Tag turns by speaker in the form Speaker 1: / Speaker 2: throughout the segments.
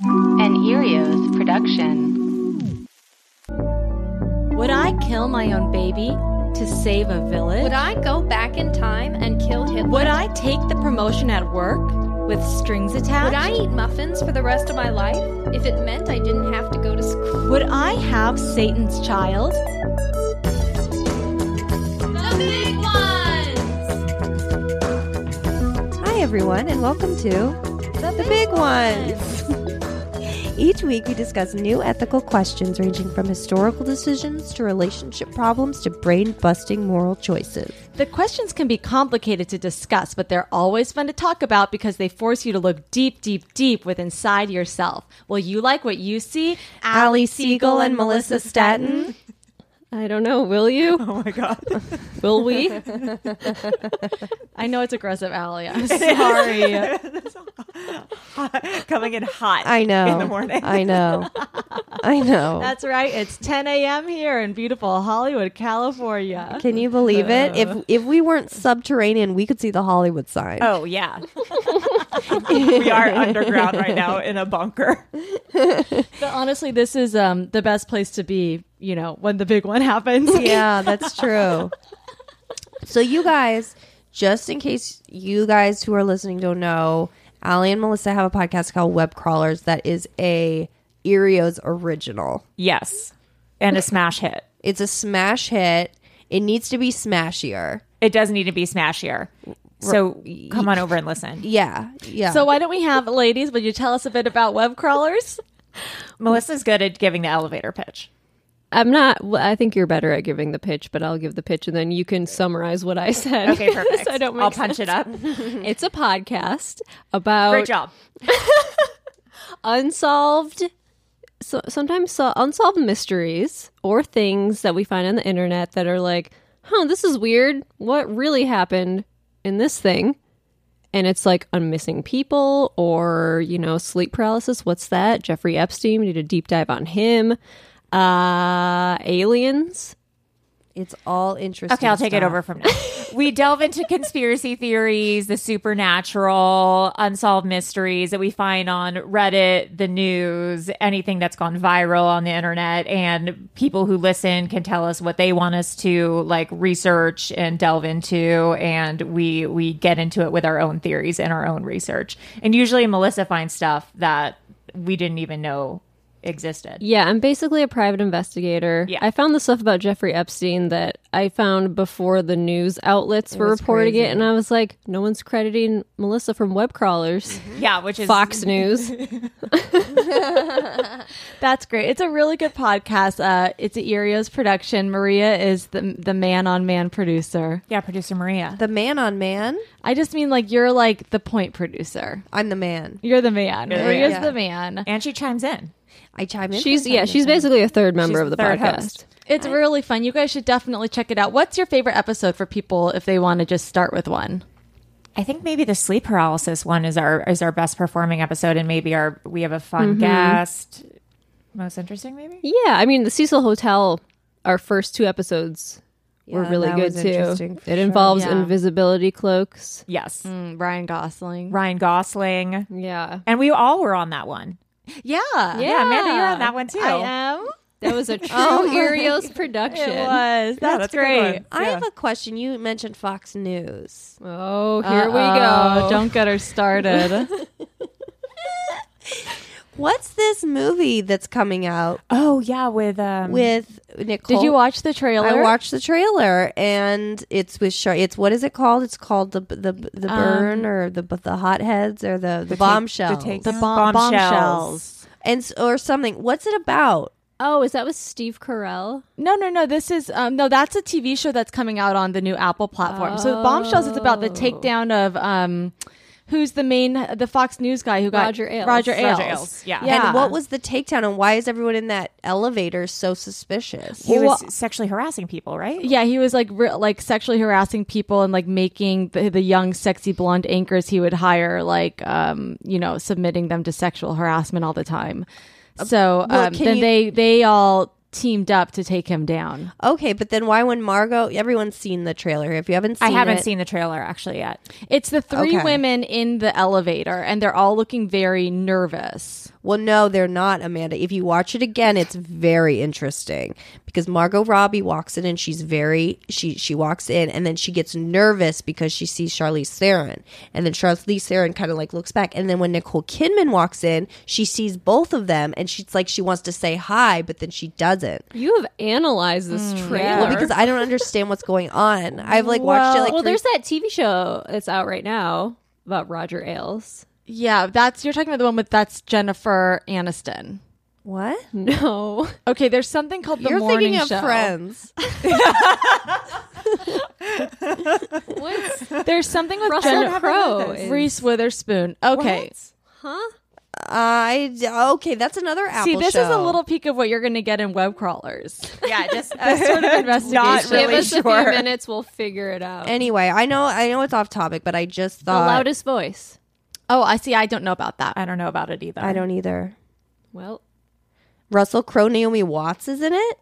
Speaker 1: An Erios production.
Speaker 2: Would I kill my own baby to save a village?
Speaker 3: Would I go back in time and kill Hitler?
Speaker 2: Would I take the promotion at work with strings attached?
Speaker 3: Would I eat muffins for the rest of my life if it meant I didn't have to go to school?
Speaker 2: Would I have Satan's child?
Speaker 3: The big ones!
Speaker 4: Hi, everyone, and welcome to The, Big Ones. Each week, we discuss new ethical questions ranging from historical decisions to relationship problems to brain busting moral choices.
Speaker 2: The questions can be complicated to discuss, but they're always fun to talk about because they force you to look deep, deep, deep within inside yourself. Will you like what you see?
Speaker 4: Ali Siegel and Melissa
Speaker 5: Mm-hmm.
Speaker 4: Staton.
Speaker 2: I don't know. Will you? Oh my god. Will we? I know it's aggressive, Allie. I'm sorry.
Speaker 5: coming in hot.
Speaker 4: I know.
Speaker 5: In the morning.
Speaker 4: I know. I know.
Speaker 2: That's right. It's 10 a.m. here in beautiful Hollywood, California.
Speaker 4: Can you believe it? If if we weren't subterranean, we could see the Hollywood sign.
Speaker 5: Oh yeah. we are underground right now in a bunker.
Speaker 2: But honestly, this is um, the best place to be, you know, when the big one happens.
Speaker 4: yeah, that's true. so you guys, just in case you guys who are listening don't know, Allie and Melissa have a podcast called Web Crawlers that is a Erios original.
Speaker 5: Yes. And a smash hit.
Speaker 4: It's a smash hit. It needs to be smashier.
Speaker 5: It does need to be smashier. So come on over and listen.
Speaker 4: Yeah, yeah.
Speaker 2: So why don't we have, ladies, would you tell us a bit about web crawlers?
Speaker 5: Melissa's good at giving the elevator pitch.
Speaker 6: I'm not. well, I think you're better at giving the pitch, but I'll give the pitch and then you can summarize what I said.
Speaker 5: Okay, perfect.
Speaker 6: So I don't.
Speaker 5: I'll
Speaker 6: Make
Speaker 5: punch it up.
Speaker 6: sense. It's a podcast about
Speaker 5: Great job.
Speaker 6: unsolved, so, sometimes so, unsolved mysteries or things that we find on the internet that are like, "Huh, this is weird. What really happened in this thing?" And it's like on missing people or you know sleep paralysis. What's that? Jeffrey Epstein. We did a deep dive on him. Uh, aliens.
Speaker 4: it's all interesting.
Speaker 5: Okay, I'll take it
Speaker 4: stuff.
Speaker 5: over from now. we delve into conspiracy theories, the supernatural, unsolved mysteries that we find on Reddit, the news, anything that's gone viral on the internet, and people who listen can tell us what they want us to like research and delve into, and we we get into it with our own theories and our own research. And usually Melissa finds stuff that we didn't even know existed.
Speaker 6: Yeah, I'm basically a private investigator.
Speaker 5: Yeah.
Speaker 6: I found the stuff about Jeffrey Epstein that I found before the news outlets were reporting it, and I was like, no one's crediting Melissa from web crawlers,
Speaker 5: Yeah, which is
Speaker 6: Fox News.
Speaker 2: That's great. It's a really good podcast. Uh, it's a Erios production. Maria is the the man on man producer.
Speaker 5: Yeah, producer Maria.
Speaker 4: The man on man.
Speaker 2: I just mean like you're like the point producer.
Speaker 4: I'm the man.
Speaker 2: You're the man.
Speaker 5: the
Speaker 2: Maria's
Speaker 4: man.
Speaker 2: the man.
Speaker 5: and she chimes in.
Speaker 4: I chime in.
Speaker 6: she's
Speaker 4: sometimes.
Speaker 6: yeah, she's basically a third member
Speaker 5: She's
Speaker 6: of
Speaker 5: the
Speaker 6: the
Speaker 5: third
Speaker 6: podcast.
Speaker 5: host.
Speaker 2: It's really fun. You guys should definitely check it out. What's your favorite episode for people if they want to just start with one?
Speaker 5: I think maybe the sleep paralysis one is our is our best performing episode, and maybe our we have a fun guest. Most interesting, maybe.
Speaker 6: Yeah, I mean the Cecil Hotel. Our first two episodes were
Speaker 4: Yeah,
Speaker 6: really
Speaker 4: that
Speaker 6: good
Speaker 4: was interesting
Speaker 6: too.
Speaker 4: for
Speaker 6: It
Speaker 4: sure.
Speaker 6: involves
Speaker 2: Yeah.
Speaker 6: invisibility cloaks.
Speaker 5: Yes,
Speaker 2: Mm, Ryan Gosling.
Speaker 5: Ryan Gosling,
Speaker 6: Yeah,
Speaker 5: and we all were on that one.
Speaker 2: Yeah.
Speaker 5: Yeah, Amanda, you're on that one too.
Speaker 2: I am.
Speaker 6: that was a true Erios Oh, production.
Speaker 2: It was. That's,
Speaker 5: that's a good
Speaker 2: great.
Speaker 5: one.
Speaker 4: I have a question. You mentioned Fox News.
Speaker 6: Oh, here we
Speaker 2: Uh-oh.
Speaker 6: go.
Speaker 2: Don't get her started.
Speaker 4: What's this movie that's coming out
Speaker 5: Oh yeah, with um,
Speaker 4: with Nicole?
Speaker 2: Did you watch the trailer?
Speaker 4: I watched the trailer, and it's with Char- it's what is it called? It's called the the the burn or the the hotheads or the the, bombshells
Speaker 2: the
Speaker 5: takedown?
Speaker 2: bomb-
Speaker 5: Bombshells.
Speaker 2: bombshells.
Speaker 4: and s- or something. What's it about?
Speaker 6: Oh, is that with Steve Carell?
Speaker 2: No, no, no. This is um, no. That's a TV show that's coming out on the new Apple platform. So bombshells is about the takedown of um, who's the main the Fox News guy who got
Speaker 6: Roger Ailes.
Speaker 2: Roger Ailes.
Speaker 5: Roger Ailes, yeah.
Speaker 4: And what was the takedown and why is everyone in that elevator so suspicious?
Speaker 5: He was sexually harassing people, right?
Speaker 2: Yeah, he was like re- like sexually harassing people and like making the, the young sexy blonde anchors he would hire like um you know submitting them to sexual harassment all the time. So um,
Speaker 4: well, can
Speaker 2: then
Speaker 4: you-
Speaker 2: they they all teamed up to take him down.
Speaker 4: Okay, but then why when Margot everyone's seen the trailer. If you haven't
Speaker 5: I
Speaker 4: seen
Speaker 5: haven't
Speaker 4: it-
Speaker 5: seen the trailer actually yet.
Speaker 2: It's the three
Speaker 4: Okay.
Speaker 2: women in the elevator and they're all looking very nervous.
Speaker 4: Well, no, they're not, Amanda. If you watch it again, it's very interesting because Margot Robbie walks in and she's very she she walks in and then she gets nervous because she sees Charlize Theron, and then Charlize Theron kind of like looks back, and then when Nicole Kidman walks in, she sees both of them, and she's like she wants to say hi, but then she doesn't.
Speaker 6: You have analyzed this trailer.
Speaker 4: Well, because I don't understand what's going on. I've like watched it like
Speaker 6: well,
Speaker 4: three
Speaker 6: there's that TV show that's out right now about Roger Ailes.
Speaker 2: Yeah, that's you're talking about the one with that's Jennifer Aniston.
Speaker 4: what?
Speaker 6: No,
Speaker 2: Okay, there's something called the
Speaker 4: You're
Speaker 2: morning
Speaker 4: thinking of
Speaker 2: show.
Speaker 4: Friends.
Speaker 2: There's something with
Speaker 6: Russell
Speaker 2: Jennifer
Speaker 6: Crowe is-
Speaker 2: Reese Witherspoon. Okay.
Speaker 4: I okay, that's another Apple
Speaker 2: See, this is a
Speaker 4: show.
Speaker 2: little peek of what you're going to get in web crawlers.
Speaker 5: Yeah, just a sort of investigation. Not
Speaker 6: give
Speaker 5: really
Speaker 6: us
Speaker 5: sure.
Speaker 6: a few minutes. We'll figure it out.
Speaker 4: Anyway, I know I know it's off topic, but I just
Speaker 6: the
Speaker 4: thought
Speaker 6: loudest voice.
Speaker 2: Oh, I see. I don't know about that.
Speaker 5: I don't know about it either.
Speaker 4: I don't either.
Speaker 6: Well,
Speaker 4: Russell Crowe, Naomi Watts is in it.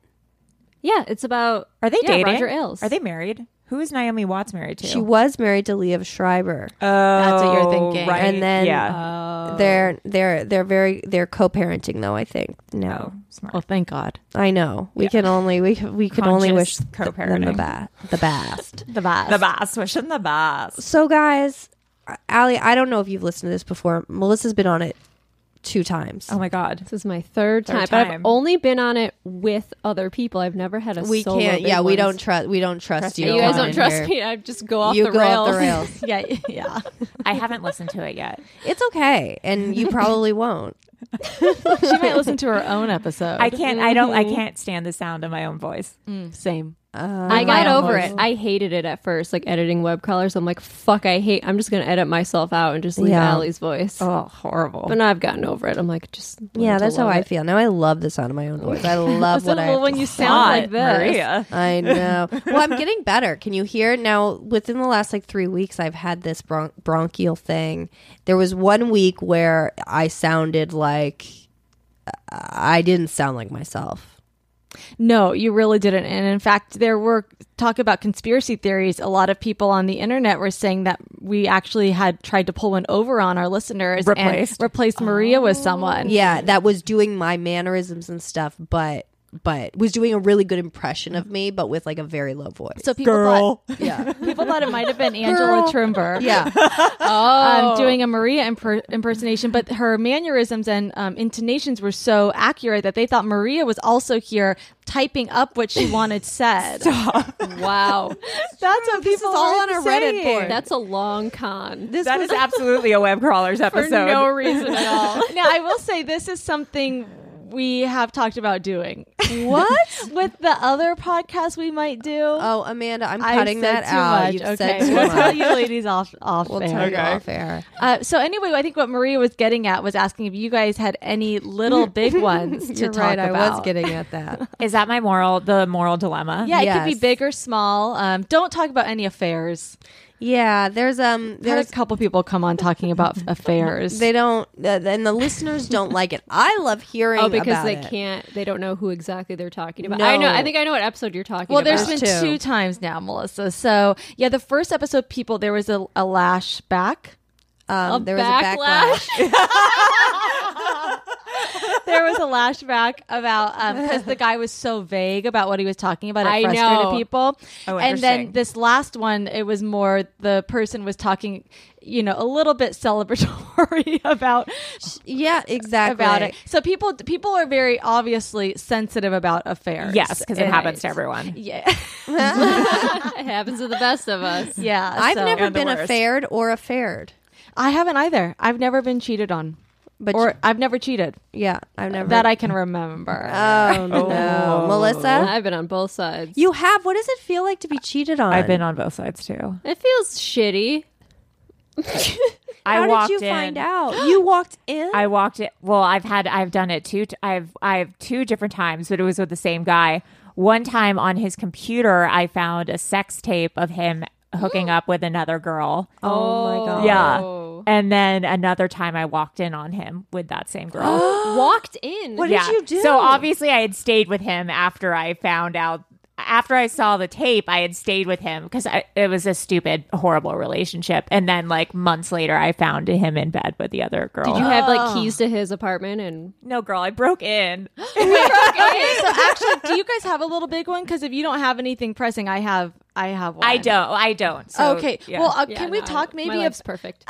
Speaker 6: yeah, it's about.
Speaker 5: Are they
Speaker 6: yeah,
Speaker 5: dating?
Speaker 6: Roger Ailes.
Speaker 5: Are they married? Who is Naomi Watts married to?
Speaker 4: She was married to Liev Schreiber.
Speaker 5: oh, that's
Speaker 2: what you're thinking.
Speaker 5: Right.
Speaker 4: And then-
Speaker 5: yeah.
Speaker 4: They're they're they're very they're co-parenting though. I think no,
Speaker 2: Well, thank God.
Speaker 4: I know we can only we we can only wish
Speaker 5: Conscious
Speaker 4: th- them the
Speaker 5: co-parenting.
Speaker 4: best the best.
Speaker 2: The best.
Speaker 5: the boss wishing the boss.
Speaker 4: so guys, Allie, I don't know if you've listened to this before. Melissa's been on it two times.
Speaker 5: Oh my god.
Speaker 6: This is my third, time,
Speaker 5: Third
Speaker 6: but I've
Speaker 5: time.
Speaker 6: only been on it with other people. I've never had a
Speaker 4: we
Speaker 6: solo
Speaker 4: can't.
Speaker 6: big
Speaker 4: Yeah, we
Speaker 6: ones.
Speaker 4: don't trust. We don't trust, you.
Speaker 6: You guys
Speaker 4: on
Speaker 6: don't trust
Speaker 4: here.
Speaker 6: me. I just go off
Speaker 4: you
Speaker 6: the
Speaker 4: go
Speaker 6: rails.
Speaker 4: off the rails.
Speaker 2: yeah, yeah.
Speaker 5: I haven't listened to it yet.
Speaker 4: It's okay, and you probably won't.
Speaker 2: she might listen to her own episode.
Speaker 5: I can't. I don't. I can't stand the sound of my own voice.
Speaker 2: Same.
Speaker 6: I got over it. I hated it at first, like editing web crawlers. I'm like, fuck, I hate. I'm just gonna edit myself out and just leave
Speaker 4: Yeah.
Speaker 6: Allie's voice.
Speaker 5: Oh, horrible.
Speaker 6: But now I've gotten over it. I'm like, just learn
Speaker 4: Yeah,
Speaker 6: to
Speaker 4: that's how
Speaker 6: love
Speaker 4: I
Speaker 6: it.
Speaker 4: feel. Now I love the sound of my own voice. I love what I.
Speaker 2: well,
Speaker 4: have
Speaker 2: when
Speaker 4: to
Speaker 2: you
Speaker 4: say.
Speaker 2: sound like this,
Speaker 5: Maria.
Speaker 4: I know. Well, I'm getting better. Can you hear now? Within the last like three weeks, I've had this bron- bronchial thing. There was one week where I sounded like uh, I didn't sound like myself.
Speaker 2: No, you really didn't. And in fact, there were talk about conspiracy theories. A lot of people on the internet were saying that we actually had tried to pull one over on our listeners
Speaker 5: Replaced.
Speaker 2: and replaced Maria with someone.
Speaker 4: Yeah, that was doing my mannerisms and stuff, but but was doing a really good impression of me, but with like a very low voice.
Speaker 2: So people
Speaker 5: Girl.
Speaker 2: thought, yeah, people thought it might have been Angela Trimber.
Speaker 4: yeah, Oh.
Speaker 2: um, doing a Maria imper- impersonation, but her mannerisms and um, intonations were so accurate that they thought Maria was also here typing up what she wanted said.
Speaker 6: Wow,
Speaker 2: That's what
Speaker 4: this is
Speaker 2: people
Speaker 4: all
Speaker 2: were
Speaker 4: on our Reddit
Speaker 2: saying.
Speaker 4: board.
Speaker 6: that's a long con.
Speaker 4: This
Speaker 5: That is absolutely a web crawlers episode.
Speaker 6: no reason at all.
Speaker 2: now I will say this is something we have talked about doing
Speaker 4: what?
Speaker 2: with the other podcast we might do.
Speaker 4: Oh, Amanda, I'm
Speaker 2: I've
Speaker 4: cutting
Speaker 2: said
Speaker 4: that
Speaker 2: too
Speaker 4: out.
Speaker 2: much.
Speaker 4: You've
Speaker 2: okay,
Speaker 4: said too
Speaker 2: we'll tell
Speaker 4: much.
Speaker 2: you ladies off off
Speaker 4: We'll
Speaker 2: air.
Speaker 4: tell you off air.
Speaker 2: Uh, so anyway, I think what Maria was getting at was asking if you guys had any little big ones to
Speaker 4: You're
Speaker 2: talk
Speaker 4: right.
Speaker 2: about.
Speaker 4: I was getting at that.
Speaker 5: Is that my moral? The moral dilemma.
Speaker 2: Yeah, it could
Speaker 4: Yes.
Speaker 2: be big or small. Um, don't talk about any affairs.
Speaker 4: yeah, there's um,
Speaker 2: Had a
Speaker 4: there's
Speaker 2: couple people come on talking about affairs.
Speaker 4: they don't, uh, and the listeners don't like it. I love hearing.
Speaker 6: Oh, because
Speaker 4: about
Speaker 6: they
Speaker 4: it.
Speaker 6: can't. They don't know who exactly they're talking about. I know.
Speaker 4: No.
Speaker 6: I think I know what episode you're talking
Speaker 2: well,
Speaker 6: about.
Speaker 2: there's been
Speaker 4: Two.
Speaker 2: two times now, Melissa. So yeah, the first episode, people, there was a, a lash back.
Speaker 4: Um, there was
Speaker 6: backlash.
Speaker 4: a backlash.
Speaker 2: There was a lash back about because the guy was so vague about what he was talking about. It
Speaker 6: I
Speaker 2: frustrated
Speaker 6: know.
Speaker 2: people.
Speaker 5: Oh,
Speaker 2: and then
Speaker 5: interesting.
Speaker 2: this last one, it was more the person was talking, you know, a little bit celebratory about
Speaker 4: yeah, exactly.
Speaker 2: about it. So people people are very obviously sensitive about affairs.
Speaker 5: Yes, because it
Speaker 2: And-
Speaker 5: happens to everyone.
Speaker 2: Yeah,
Speaker 6: it happens to the best of us.
Speaker 2: yeah.
Speaker 4: I've
Speaker 2: so-
Speaker 4: never
Speaker 5: And the
Speaker 4: been
Speaker 5: worst.
Speaker 4: affaired or affaired,
Speaker 2: I haven't either. I've never been cheated on,
Speaker 4: but
Speaker 2: or I've never cheated
Speaker 4: yeah, I've never.
Speaker 2: that I can remember.
Speaker 4: oh no, Melissa,
Speaker 6: I've been on both sides.
Speaker 4: you have. What does it feel like to be cheated on?
Speaker 5: I've been on both sides too.
Speaker 6: It feels shitty.
Speaker 5: I
Speaker 4: How
Speaker 5: walked
Speaker 4: did you
Speaker 5: in.
Speaker 4: find out? You walked in.
Speaker 5: I walked it. Well, I've had I've done it two. T- I've I've two different times, but it was with the same guy. One time on his computer, I found a sex tape of him hooking up with another girl.
Speaker 4: oh my god.
Speaker 5: Yeah. And then another time, I walked in on him with that same girl.
Speaker 6: Walked in.
Speaker 4: What
Speaker 5: yeah.
Speaker 4: did you do?
Speaker 5: Uh, So obviously, I had stayed with him after I found out. After I saw the tape, I had stayed with him because it was a stupid, horrible relationship. And then, like months later, I found him in bed with the other girl.
Speaker 6: Did you have like keys to his apartment and
Speaker 5: No, girl, I broke in.
Speaker 2: Okay, so actually, do you guys have a little big one? Because if you don't have anything pressing, I have. I have one.
Speaker 5: I don't. I don't. So,
Speaker 2: okay.
Speaker 5: yeah.
Speaker 2: Well, uh,
Speaker 6: Yeah,
Speaker 2: can we
Speaker 6: no, I-
Speaker 2: talk
Speaker 6: my
Speaker 2: maybe of
Speaker 6: life's perfect.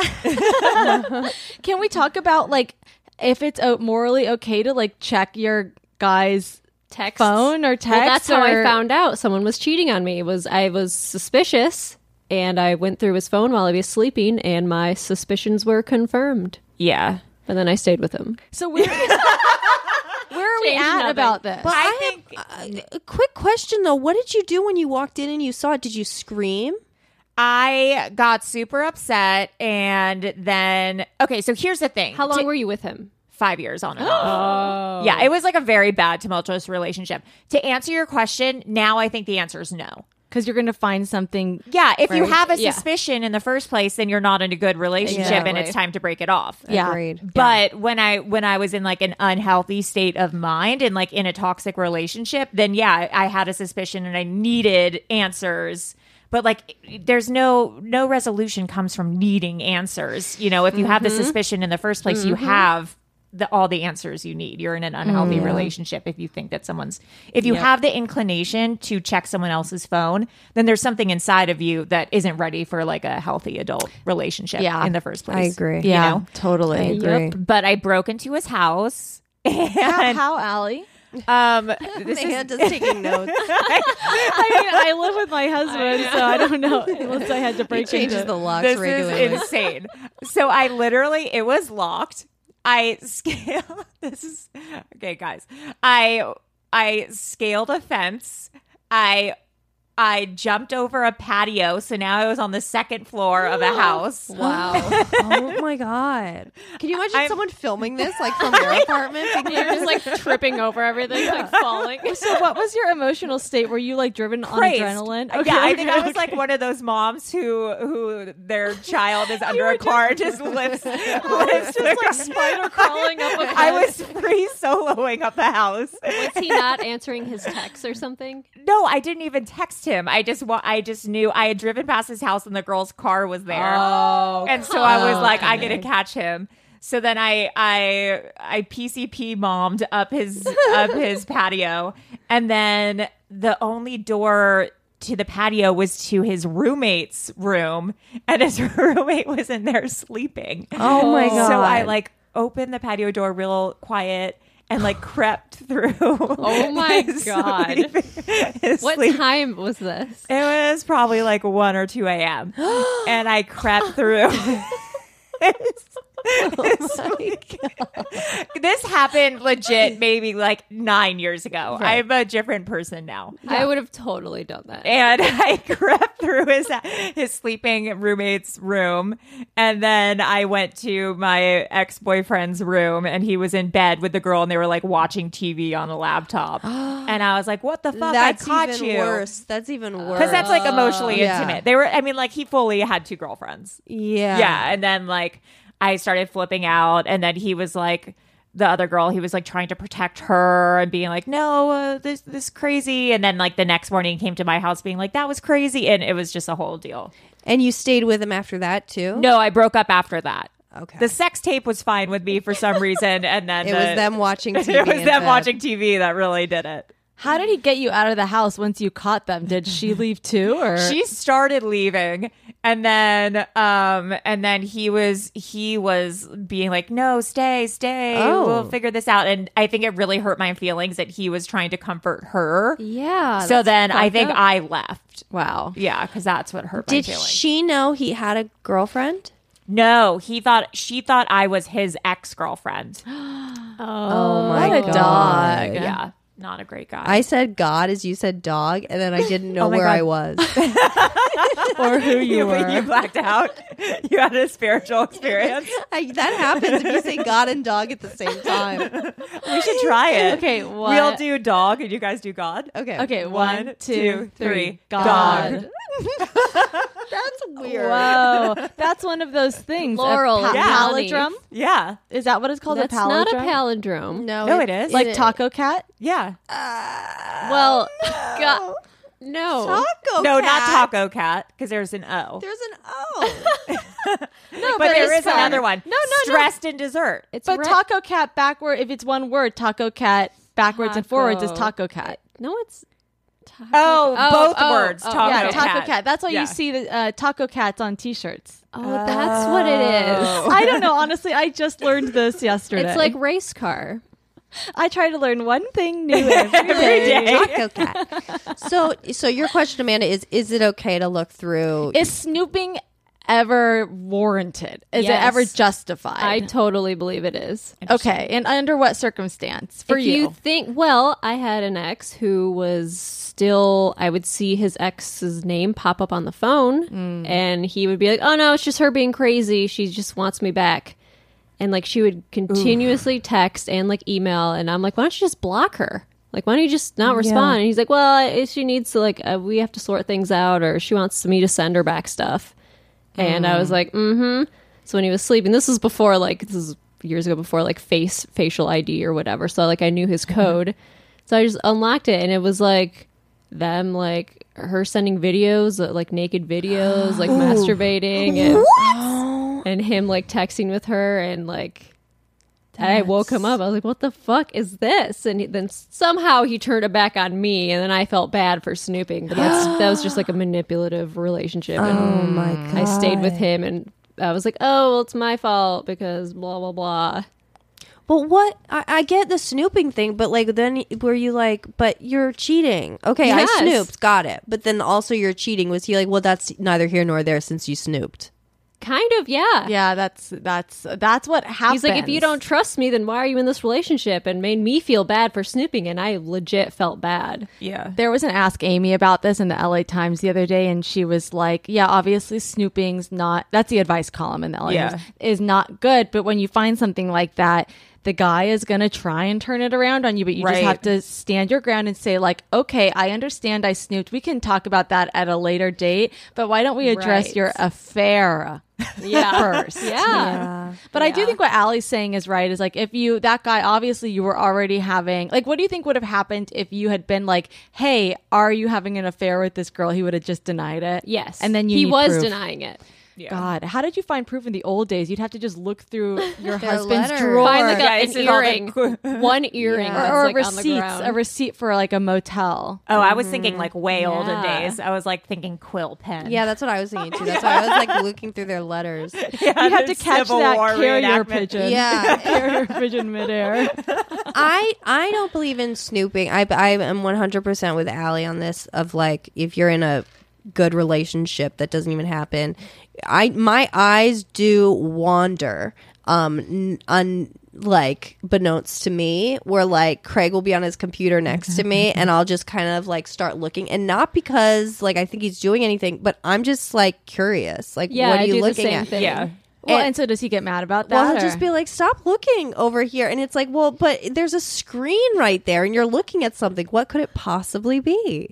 Speaker 2: Can we talk about like if it's uh, morally okay to like check your guy's
Speaker 6: Text
Speaker 2: phone or text?
Speaker 6: Well, that's how I
Speaker 2: or-
Speaker 6: found out someone was cheating on me. Was I was suspicious and I went through his phone while he was sleeping and my suspicions were confirmed.
Speaker 5: yeah.
Speaker 6: And then I stayed with him.
Speaker 2: So where, where are we
Speaker 6: Changed
Speaker 2: at
Speaker 6: nothing.
Speaker 2: about this?
Speaker 4: But I,
Speaker 5: think
Speaker 4: have uh, a quick question though. What did you do when you walked in and you saw it? Did you scream?
Speaker 5: I got super upset, and then okay. So here's the thing.
Speaker 6: How long were you with him?
Speaker 5: Five years on and off. Yeah, it was like a very bad, tumultuous relationship. To answer your question, now I think the answer is no.
Speaker 2: Because you're going to find something.
Speaker 5: Yeah, if you have a
Speaker 6: Yeah.
Speaker 5: suspicion in the first place, then you're not in a good relationship, and it's
Speaker 6: Exactly.
Speaker 5: time to break it off.
Speaker 2: Yeah.
Speaker 4: Agreed.
Speaker 5: But when I when I was in like an unhealthy state of mind and like in a toxic relationship, then yeah, I had a suspicion and I needed answers. But like there's no no resolution comes from needing answers. You know, if you have
Speaker 2: Mm-hmm.
Speaker 5: the suspicion in the first place, you have the, all the answers you need. You're in an unhealthy relationship if you think that someone's if you have the inclination to check someone else's phone, then there's something inside of you that isn't ready for like a healthy adult relationship
Speaker 2: Yeah.
Speaker 5: in the first place.
Speaker 4: I agree.
Speaker 2: Yeah.
Speaker 5: know?
Speaker 4: Totally agree.
Speaker 5: but I broke into his house.
Speaker 2: How,
Speaker 5: And,
Speaker 2: how Allie?
Speaker 5: um,
Speaker 4: Amanda's taking notes.
Speaker 2: I mean, I live with my husband, so I don't know. Unless I had to break
Speaker 4: Changes the locks
Speaker 5: this
Speaker 4: regularly.
Speaker 5: is insane. So I literally, it was locked. I scale. This is okay, guys. I I scaled a fence. I I jumped over a patio, so now I was on the second floor of a
Speaker 2: Oh.
Speaker 5: house.
Speaker 6: Wow.
Speaker 4: oh my god! Can you imagine
Speaker 5: I'm-
Speaker 4: someone filming this like from their apartment?
Speaker 6: You're just like tripping over everything, like falling.
Speaker 2: So, what was your emotional state? Were you like driven
Speaker 5: Crazed.
Speaker 2: on adrenaline?
Speaker 5: yeah, I think
Speaker 2: okay,
Speaker 5: I was like one of those moms who who their child is under
Speaker 2: were
Speaker 5: a car just lifts lifts
Speaker 2: just, like, spider crawling up a
Speaker 5: I was free soloing up the house.
Speaker 6: Was he not answering his texts or something?
Speaker 5: No, I didn't even text him. I just wa- I just knew I had driven past his house and the girl's car was there. Oh, and so I was like, I gotta catch him. So then I I I PCP mommed up his up his patio, and then the only door to the patio was to his roommate's room, and his roommate was in there sleeping.
Speaker 4: Oh my god!
Speaker 5: So I like opened the patio door real quiet and like crept through. Oh
Speaker 6: my God. What
Speaker 5: what sleep.
Speaker 6: time was this?
Speaker 5: It was probably like 1 or 2 a.m. and I crept through. It's-
Speaker 6: Oh
Speaker 5: it's like- this happened legit maybe like nine years ago. I'm a different person now.
Speaker 6: I would have totally done that.
Speaker 5: And I crept through his his sleeping roommate's room, and then I went to my ex boyfriend's room, and he was in bed with the girl, and they were like watching TV on a laptop, and I was like, "What the fuck?
Speaker 4: that's
Speaker 5: I caught
Speaker 4: even
Speaker 5: you!" Uh,
Speaker 4: worse. That's even worse.
Speaker 5: Because that's like emotionally
Speaker 4: Oh, Yeah.
Speaker 5: intimate. They were, I mean, like he fully had two girlfriends.
Speaker 4: yeah,
Speaker 5: Yeah. And then like I started flipping out. And then he was like, the other girl, he was like trying to protect her and being like, no, uh, this, this is crazy. And then like the next morning he came to my house being like, that was crazy. And it was just a whole deal.
Speaker 4: And you stayed with him after that too.
Speaker 5: No, I broke up after that.
Speaker 4: Okay.
Speaker 5: The sex tape was fine with me for some reason. And then
Speaker 4: it
Speaker 5: the-
Speaker 4: was them watching TV.
Speaker 5: It was
Speaker 4: in
Speaker 5: them
Speaker 4: bed.
Speaker 5: watching TV that really did it.
Speaker 2: How did he get you out of the house once you caught them? Did she leave too? Or
Speaker 5: she started leaving and then um and then he was he was being like no stay stay
Speaker 4: Oh.
Speaker 5: we'll figure this out and i think it really hurt my feelings that he was trying to comfort her
Speaker 6: Yeah.
Speaker 5: so then i think i left
Speaker 2: wow.
Speaker 5: yeah because that's what hurt
Speaker 4: Did
Speaker 5: my feelings
Speaker 4: she know he had a girlfriend?
Speaker 5: no he thought she thought i was his ex-girlfriend
Speaker 4: Oh my
Speaker 2: What a dog.
Speaker 5: yeah not a great guy.
Speaker 4: I said God as you said dog, and then I didn't know
Speaker 5: Oh my
Speaker 4: where
Speaker 5: God.
Speaker 4: I was.
Speaker 2: or who you
Speaker 5: you,
Speaker 2: were.
Speaker 5: you blacked out. You had a spiritual experience.
Speaker 4: I, that happens if you say God and dog at the same time.
Speaker 5: We should try it.
Speaker 2: Okay, what?
Speaker 5: We'll do dog and you guys do God.
Speaker 4: Okay.
Speaker 2: Okay, one,
Speaker 5: One, two,
Speaker 2: two,
Speaker 5: three.
Speaker 2: three.
Speaker 5: God.
Speaker 4: That's weird.
Speaker 2: Whoa, that's one of those things. A
Speaker 6: Laurel
Speaker 2: pa-
Speaker 6: and Melanie.
Speaker 2: Palindrome.
Speaker 5: Yeah.
Speaker 2: Is that what it's called?
Speaker 6: That's
Speaker 2: a palindrome.
Speaker 6: not a palindrome.
Speaker 4: No,
Speaker 5: No, it is.
Speaker 2: like taco cat.
Speaker 5: Yeah.
Speaker 6: Well, God, no.
Speaker 4: taco.
Speaker 5: no,
Speaker 4: cat.
Speaker 5: not taco Oh, cat because there's an O.
Speaker 4: There's an O.
Speaker 5: no, but,
Speaker 2: but
Speaker 5: there
Speaker 2: it's
Speaker 5: is another
Speaker 2: fun.
Speaker 5: one. No, no, stressed in dessert.
Speaker 6: It's
Speaker 2: But
Speaker 6: re-
Speaker 2: taco cat backward. If it's one word, taco cat backwards and forwards is
Speaker 6: Taco.
Speaker 2: taco cat.
Speaker 6: no, it's
Speaker 5: Oh,
Speaker 6: Oh,
Speaker 5: both
Speaker 6: oh,
Speaker 5: words.
Speaker 6: oh,
Speaker 5: taco,
Speaker 2: yeah,
Speaker 5: cat.
Speaker 2: taco cat. That's why
Speaker 5: Yeah.
Speaker 2: you see the uh, taco cats on T-shirts.
Speaker 6: oh, that's what it is.
Speaker 2: I don't know. Honestly, I just learned this yesterday.
Speaker 6: It's like race car.
Speaker 2: I try to learn one thing new every
Speaker 5: Every
Speaker 2: day.
Speaker 4: taco
Speaker 5: day.
Speaker 4: cat. So, so your question, Amanda, is: Is it okay to look through?
Speaker 2: Is snooping ever warranted? Is
Speaker 6: Yes.
Speaker 2: it ever justified?
Speaker 6: I totally believe it is.
Speaker 2: okay, and under what circumstance for
Speaker 6: if
Speaker 2: you?
Speaker 6: think well i had an ex who was still i would see his ex's name pop up on the phone and he would be like oh no it's just her being crazy she just wants me back and like she would continuously text and like email and i'm like why don't you just block her like why don't you just not respond and he's like well I, she needs to like uh, we have to sort things out or she wants me to send her back stuff and i was like mm-hmm so when he was sleeping this was before like this is years ago before like face facial id or whatever so like i knew his code so i just unlocked it and it was like them like her sending videos uh, like naked videos like masturbating and and him like texting with her and like I woke him up. I was like, "What the fuck is this?" And he, then somehow he turned it back on me, and then I felt bad for snooping. But that's that was just like a manipulative relationship. And oh my god! I stayed with him, and I was like, "Oh, well, it's my fault because blah blah blah."
Speaker 4: But what I, I get the snooping thing, but like then were you like, but you're cheating? Okay,
Speaker 6: Yes.
Speaker 4: I snooped, got it. But then also you're cheating. Was he like, well, that's neither here nor there since you snooped?
Speaker 6: Kind of, yeah.
Speaker 2: yeah, that's that's that's what happens.
Speaker 6: He's like, "If you don't trust me, then why are you in this relationship?" And made me feel bad for snooping, and I legit felt bad.
Speaker 5: Yeah.
Speaker 2: There was an Ask Amy about this in the LA Times the other day, and she was like, Yeah, obviously, snooping's not, that's the advice column in the LA
Speaker 5: Yeah.
Speaker 2: Times, is not good. But when you find something like that, the guy is going to try and turn it around on you, but you
Speaker 5: Right.
Speaker 2: just have to stand your ground and say, like, okay, I understand I snooped. We can talk about that at a later date, but why don't we address
Speaker 6: Right.
Speaker 2: your affair first?
Speaker 6: Yeah.
Speaker 2: But I do think what Allie's saying is right. Is like if you that guy obviously you were already having like what do you think would have happened if you had been like, hey, are you having an affair with this girl? He would have just denied it.
Speaker 6: Yes.
Speaker 2: and then you
Speaker 6: he
Speaker 2: need
Speaker 6: was
Speaker 2: proof.
Speaker 6: denying it.
Speaker 2: God, how did you find proof in the old days? You'd have to just look through your husband's
Speaker 4: letters.
Speaker 2: drawer
Speaker 6: Find like a,
Speaker 5: Yeah, it's
Speaker 6: an
Speaker 5: in all the
Speaker 6: earring,
Speaker 5: qu-
Speaker 6: one earring,
Speaker 2: or,
Speaker 6: that's,
Speaker 2: or
Speaker 6: like, on the
Speaker 2: receipts,
Speaker 6: ground.
Speaker 2: a receipt for like a motel.
Speaker 5: Oh, I was thinking like way olden
Speaker 6: Yeah.
Speaker 5: days. I was like thinking quill pen.
Speaker 4: Yeah, that's what I was thinking too. That's why I was like looking through their letters.
Speaker 5: yeah
Speaker 2: You have to
Speaker 5: this
Speaker 2: catch
Speaker 5: Civil
Speaker 2: that
Speaker 5: War
Speaker 2: carrier
Speaker 5: reenactment.
Speaker 2: pigeon.
Speaker 4: Yeah,
Speaker 2: carrier pigeon midair.
Speaker 4: I I don't believe in snooping. I I am one hundred percent with Allie on this. Of like, if you're in a good relationship, that doesn't even happen. I my eyes do wander. Um, n- un like beknownst to me, where like Craig will be on his computer next to me, and I'll just kind of like start looking, and not because like I think he's doing anything, but I'm just like curious. Like,
Speaker 6: Yeah,
Speaker 4: what are
Speaker 6: I
Speaker 4: you
Speaker 6: do the
Speaker 4: looking
Speaker 6: same
Speaker 4: at?
Speaker 6: thing.
Speaker 5: Yeah.
Speaker 2: Well, and so does he get mad about that?
Speaker 4: Well, he'll
Speaker 2: or-
Speaker 4: just be like, "Stop looking over here," and it's like, "Well, but there's a screen right there, and you're looking at something. What could it possibly be?"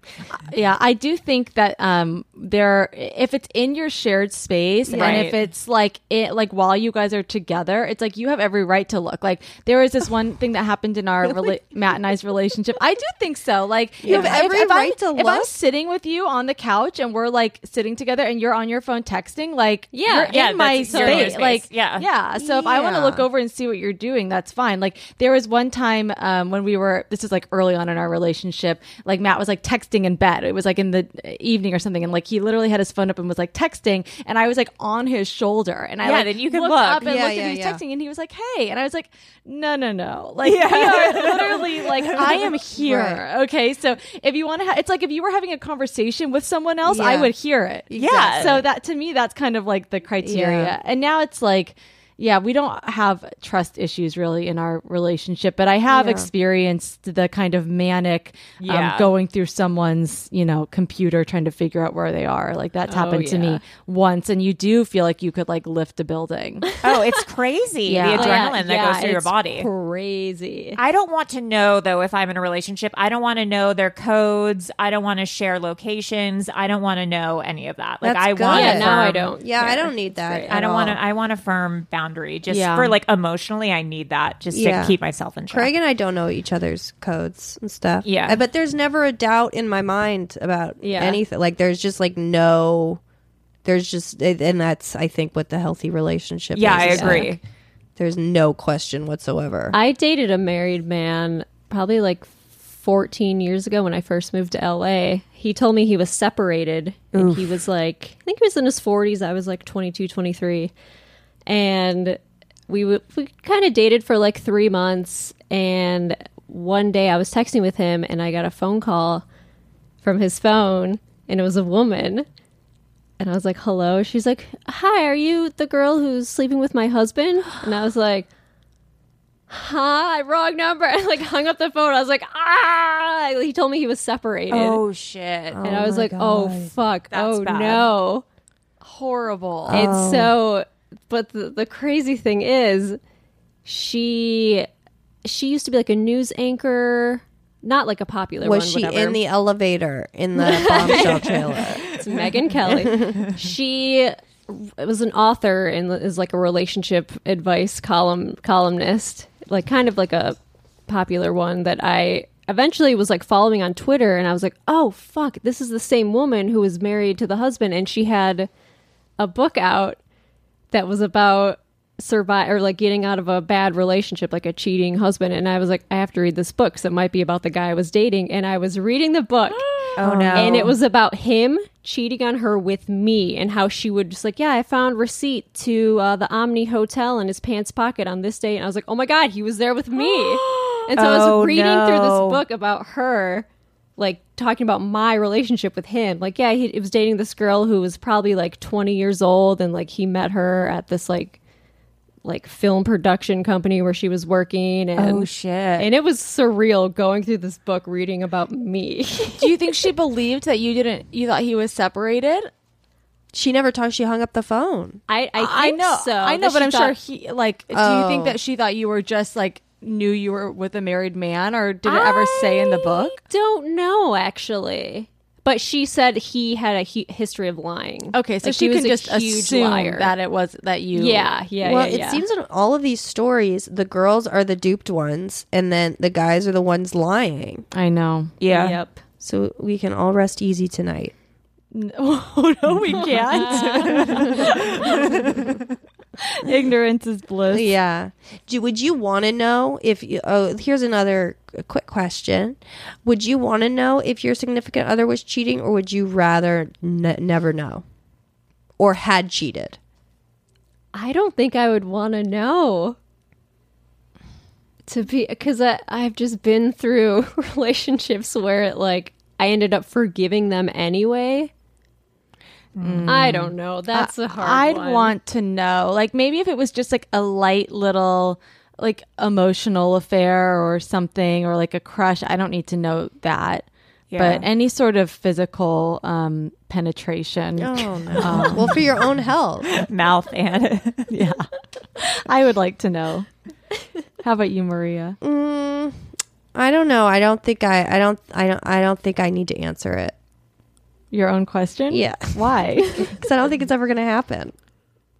Speaker 2: Yeah, I do think that um there if it's in your shared space
Speaker 5: Right.
Speaker 2: and if it's like it like while you guys are together, it's like you have every right to look. Like there was this one thing that happened in our rela- Matt and I's relationship. I do think so. Like
Speaker 4: You have every right to
Speaker 2: I'm, If I'm
Speaker 4: look?
Speaker 2: sitting with you on the couch and we're like sitting together and you're on your phone texting, like
Speaker 6: Yeah,
Speaker 2: you're
Speaker 5: yeah,
Speaker 2: in my
Speaker 5: that's- you're in your
Speaker 2: space.
Speaker 5: space.
Speaker 2: Like
Speaker 5: Yeah.
Speaker 2: yeah. So if I want to
Speaker 4: Yeah.
Speaker 2: look over and see what you're doing, that's fine. Like there was one time um, when we were this is like early on in our relationship. Like Matt was like texting in bed. It was like in the evening or something, and like he literally had his phone up and was like texting, and I was like on his shoulder, and I
Speaker 5: Yeah,
Speaker 2: like
Speaker 5: then you can
Speaker 2: looked
Speaker 5: look.
Speaker 2: up and
Speaker 4: Yeah,
Speaker 2: looked
Speaker 4: yeah,
Speaker 2: at who was
Speaker 4: yeah.
Speaker 2: texting, and he was like, "Hey," and I was like, "No, no, no!" Like we are literally like I am here.
Speaker 4: Right.
Speaker 2: Okay, so if you want to, ha- it's like if you were having a conversation with someone else, I
Speaker 4: Yeah.
Speaker 2: would hear it.
Speaker 5: Exactly.
Speaker 2: So that to me, that's kind of like the criteria.
Speaker 4: Yeah.
Speaker 2: And now it's like yeah, we don't have trust issues really in our relationship, but I have experienced the kind of manic
Speaker 5: Yeah.
Speaker 2: um, going through someone's, you know, computer trying to figure out where they are. Like
Speaker 4: Oh.
Speaker 2: that's happened to me once and you do feel like you could like lift a building.
Speaker 5: Oh, it's crazy
Speaker 2: Yeah.
Speaker 5: the
Speaker 2: Oh,
Speaker 5: adrenaline
Speaker 6: Yeah,
Speaker 5: that
Speaker 6: yeah,
Speaker 5: goes through your
Speaker 6: it's
Speaker 5: body.
Speaker 6: Crazy.
Speaker 5: I don't want to know though if I'm in a relationship. I don't want to know their codes. I don't want to share locations. I don't want to know any of that. Like
Speaker 4: That's
Speaker 5: I
Speaker 4: good.
Speaker 5: want.
Speaker 6: yeah,
Speaker 5: a
Speaker 6: now I
Speaker 5: firm-
Speaker 6: don't.
Speaker 4: Yeah, I don't need that.
Speaker 5: I don't want to. I want a firm boundary just
Speaker 2: Yeah.
Speaker 5: for like emotionally. I need that just
Speaker 4: Yeah.
Speaker 5: to keep myself in check.
Speaker 4: Craig and I don't know each other's codes and stuff.
Speaker 5: Yeah.
Speaker 4: Uh, But there's never a doubt in my mind about
Speaker 6: Yeah.
Speaker 4: anything. Like, there's just like no, there's just, and that's, I think, what the healthy relationship
Speaker 5: yeah, I
Speaker 4: is. is
Speaker 5: agree.
Speaker 4: like, there's no question whatsoever.
Speaker 6: I dated a married man probably like 14 years ago when I first moved to LA. He told me he was separated and he was like, I think he was in his 40s. I was like 22, 23. And we, w- we kind of dated for like three months. And one day I was texting with him and I got a phone call from his phone and it was a woman. And I was like, hello. She's like, hi, are you the girl who's sleeping with my husband? And I was like, huh, wrong number. I like hung up the phone. I was like, ah. He told me he was separated.
Speaker 5: shit!
Speaker 6: and I was like, oh, fuck.
Speaker 5: That's
Speaker 6: oh,
Speaker 5: bad.
Speaker 6: no.
Speaker 2: Horrible.
Speaker 6: And so, but the, the crazy thing is, she she used to be like a news anchor, not like a popular
Speaker 4: was
Speaker 6: one.
Speaker 4: she
Speaker 6: whatever.
Speaker 4: in the elevator in the bombshell trailer?
Speaker 6: It's Megan Kelly. She was an author and is like a relationship advice column columnist, like kind of like a popular one that I eventually was like following on Twitter and I was like, "Oh fuck, this is the same woman who was married to the husband and she had a book out that was about survive or like getting out of a bad relationship like a cheating husband and I was like I have to read this book cuz it might be about the guy I was dating and I was reading the book
Speaker 5: oh no!
Speaker 6: and it was about him cheating on her with me and how she would just like, yeah, I found receipt to uh, the Omni Hotel in his pants pocket on this day, and I was like, oh my god, he was there with me. and so I
Speaker 5: Oh,
Speaker 6: was reading through
Speaker 5: no.
Speaker 6: this book about her, like talking about my relationship with him. Like, yeah, he, he was dating this girl who was probably like 20 years old, and like he met her at this like like film production company where she was working and
Speaker 5: oh shit!
Speaker 6: and it was surreal going through this book reading about me
Speaker 2: Do you think she believed that you didn't you thought he was separated?
Speaker 4: She never talked. She hung up the phone.
Speaker 6: I I, think
Speaker 2: know,
Speaker 6: so.
Speaker 2: I know, but
Speaker 6: that she
Speaker 2: I'm sure
Speaker 6: thought-
Speaker 2: he like. Do you think that she thought you were just like knew you were with a married man, or did it ever say in the book?
Speaker 6: I don't know actually. But she said he had a hu- history of lying.
Speaker 2: Okay, so
Speaker 6: Like,
Speaker 2: she
Speaker 6: was
Speaker 2: can
Speaker 6: a
Speaker 2: just
Speaker 6: huge
Speaker 2: assume
Speaker 6: liar.
Speaker 2: that it was that you.
Speaker 6: yeah, yeah,
Speaker 4: well,
Speaker 6: yeah,
Speaker 4: it
Speaker 6: yeah.
Speaker 4: seems in all of these stories, the girls are the duped ones, and then the guys are the ones lying.
Speaker 2: I know.
Speaker 5: yeah.
Speaker 6: Yep.
Speaker 4: So we can all rest easy tonight.
Speaker 2: Oh no, we can't. Ignorance is bliss.
Speaker 4: Yeah. Do, would you want to know if you? Oh, here's another quick question. Would you want to know if your significant other was cheating, or would you rather ne- never know, or had cheated?
Speaker 6: I don't think I would want to know. To be because I I've just been through relationships where it like I ended up forgiving them anyway. I don't know. That's a hard.
Speaker 2: Mm. Uh, I'd
Speaker 6: one.
Speaker 2: want to know, like maybe if it was just like a light little, like emotional affair or something, or like a crush. I don't need to know that. But any sort of physical um, penetration,
Speaker 6: Oh.
Speaker 4: well, for your own health.
Speaker 5: mouth and
Speaker 2: yeah, I would like to know. How about you, Maria?
Speaker 4: Mm, I don't know. I don't think I. I don't. I don't. I don't think I need to answer it
Speaker 2: Your own question?
Speaker 4: Yeah.
Speaker 2: Why?
Speaker 4: because I don't think it's ever going to happen.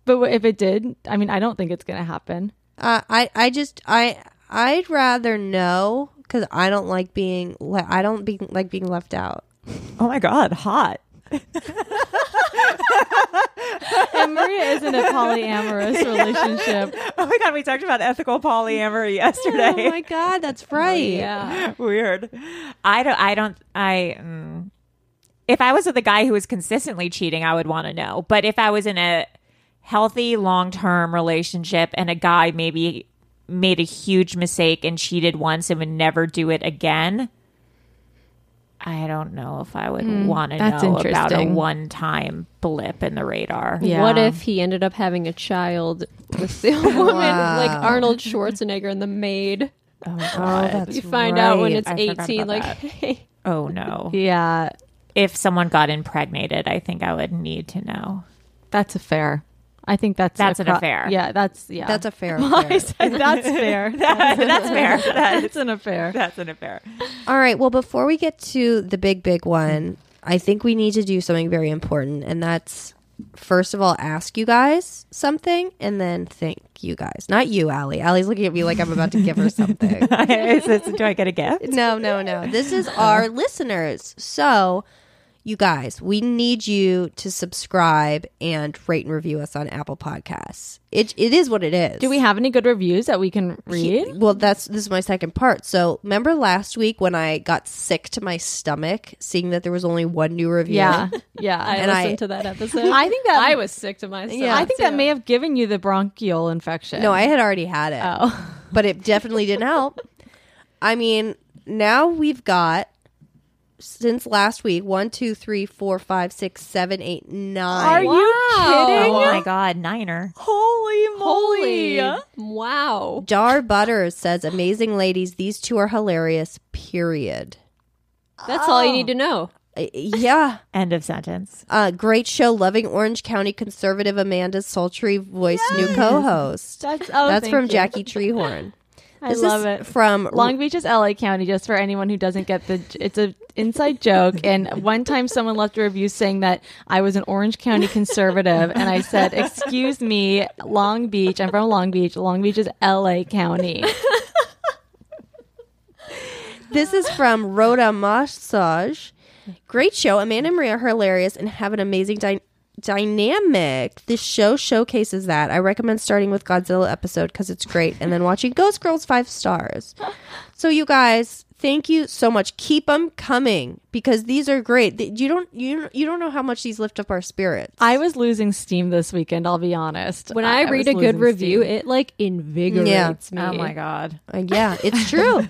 Speaker 2: but what- if it did, I mean, I don't think it's going to happen.
Speaker 4: Uh, I. I just. I. I'd rather know because I don't like being. Le- I don't be, like being left out.
Speaker 5: oh my god, hot.
Speaker 2: And Maria is in a polyamorous relationship.
Speaker 5: Oh my god, we talked about ethical polyamory yesterday.
Speaker 4: Oh my god, that's right.
Speaker 6: Yeah.
Speaker 5: Weird. I don't. I don't. I. Mm, if I was with a guy who was consistently cheating, I would want to know. But if I was in a healthy, long-term relationship and a guy maybe made a huge mistake and cheated once and would never do it again, I don't know if I would want to
Speaker 2: that's
Speaker 5: know about a
Speaker 2: interesting.
Speaker 5: one-time blip in the radar.
Speaker 2: Yeah.
Speaker 6: What if he ended up having a child with the woman like Arnold Schwarzenegger in The Maid?
Speaker 5: Oh, God.
Speaker 6: you find out when
Speaker 5: right.
Speaker 6: it's
Speaker 5: I forgot
Speaker 6: 18,
Speaker 5: about
Speaker 6: like,
Speaker 5: that.
Speaker 6: hey.
Speaker 5: Oh, no.
Speaker 2: Yeah,
Speaker 5: If someone got impregnated, I think I would need to know.
Speaker 2: that's a fair. I think that's
Speaker 5: That's
Speaker 2: a
Speaker 5: an affair.
Speaker 2: Yeah, that's yeah.
Speaker 4: That's a fair.
Speaker 2: I
Speaker 4: affair.
Speaker 2: said that's fair.
Speaker 5: That's fair. That-
Speaker 2: That's an affair.
Speaker 5: That's an affair.
Speaker 4: All right. Well, before we get to the big, big one, I think we need to do something very important. And that's, first of all, ask you guys something and then thank you guys. Not you, Allie. Allie's looking at me like I'm about to give her something.
Speaker 5: Is this, do I get a gift?
Speaker 4: No, no, no. This is
Speaker 2: Uh-huh.
Speaker 4: our listeners. So, you guys, we need you to subscribe and rate and review us on Apple Podcasts. It, it is what it is.
Speaker 2: Do we have any good reviews that we can
Speaker 4: He-
Speaker 2: read?
Speaker 4: well, that's this is my second part. So remember last week when I got sick to my stomach, seeing that there was only one new review.
Speaker 2: Yeah, yeah.
Speaker 6: I
Speaker 4: And
Speaker 6: listened
Speaker 4: I-
Speaker 6: to that episode.
Speaker 2: I think that-
Speaker 6: I was sick to myself.
Speaker 2: Yeah, I think that
Speaker 6: too.
Speaker 2: may have given you the bronchial infection.
Speaker 4: No, I had already had it,
Speaker 2: Oh,
Speaker 4: but it definitely didn't help. I mean, now we've got since last week one, two, three, four, five, six, seven, eight, nine.
Speaker 2: Are you kidding?
Speaker 5: Oh, my God. Niner.
Speaker 2: Holy
Speaker 6: holy wow.
Speaker 4: Jar Butters says, "Amazing ladies, these two are hilarious." Period.
Speaker 6: That's all you need
Speaker 2: Oh.
Speaker 6: to know.
Speaker 4: Uh, Yeah.
Speaker 5: End of sentence.
Speaker 4: Uh, great show. Loving Orange County conservative Amanda's sultry voice, new co-host.
Speaker 2: That's oh,
Speaker 4: That's
Speaker 2: thank
Speaker 4: from
Speaker 2: you.
Speaker 4: Jackie Treehorn.
Speaker 2: I love it.
Speaker 4: From
Speaker 2: Long Beach is LA County, just for anyone who doesn't get the. It's a inside joke. And one time, someone left a review saying that I was an Orange County conservative, and I said, "Excuse me, Long Beach. I'm from Long Beach. Long Beach is LA County."
Speaker 4: this is from Rhoda Massage. Great show. Amanda and Maria are hilarious and have an amazing dy- dynamic. This show showcases that. I recommend starting with Godzilla episode because it's great, and then watching Ghost Girls five stars. So you guys, thank you so much. Keep them coming because these are great. Th- You don't you you don't know how much these lift up our spirits.
Speaker 2: I was losing steam this weekend. I'll be honest.
Speaker 6: When I,
Speaker 2: was
Speaker 6: read a good
Speaker 2: losing
Speaker 6: review,
Speaker 2: steam.
Speaker 6: it like invigorates me.
Speaker 5: Oh, my God.
Speaker 4: Uh, yeah, it's true.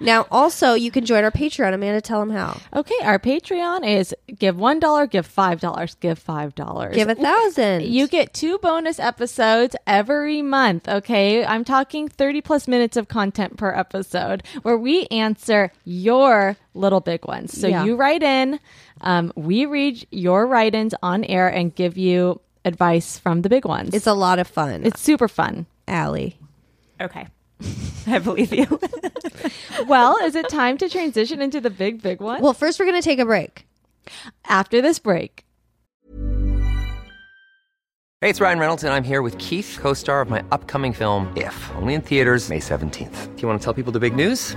Speaker 4: now, also, you can join our Patreon. Amanda, tell them how.
Speaker 2: okay, our Patreon is give one dollar, give five dollars, give five dollars.
Speaker 4: Give a thousand.
Speaker 2: You get two bonus episodes every month, okay? I'm talking 30 plus minutes of content per episode where we answer your little big ones. So
Speaker 4: Yeah.
Speaker 2: you write in, um, we read your write ins on air and give you advice from the big ones.
Speaker 4: It's a lot of fun. It's
Speaker 2: it's super fun.
Speaker 4: Allie.
Speaker 5: Okay. I believe you.
Speaker 2: well, is it time to transition into the big, big one?
Speaker 4: Well, first we're going to take a break.
Speaker 2: After this break.
Speaker 7: Hey, it's Ryan Reynolds, and I'm here with Keith, co star of my upcoming film, If, only in theaters, May 17th. Do you want to tell people the big news?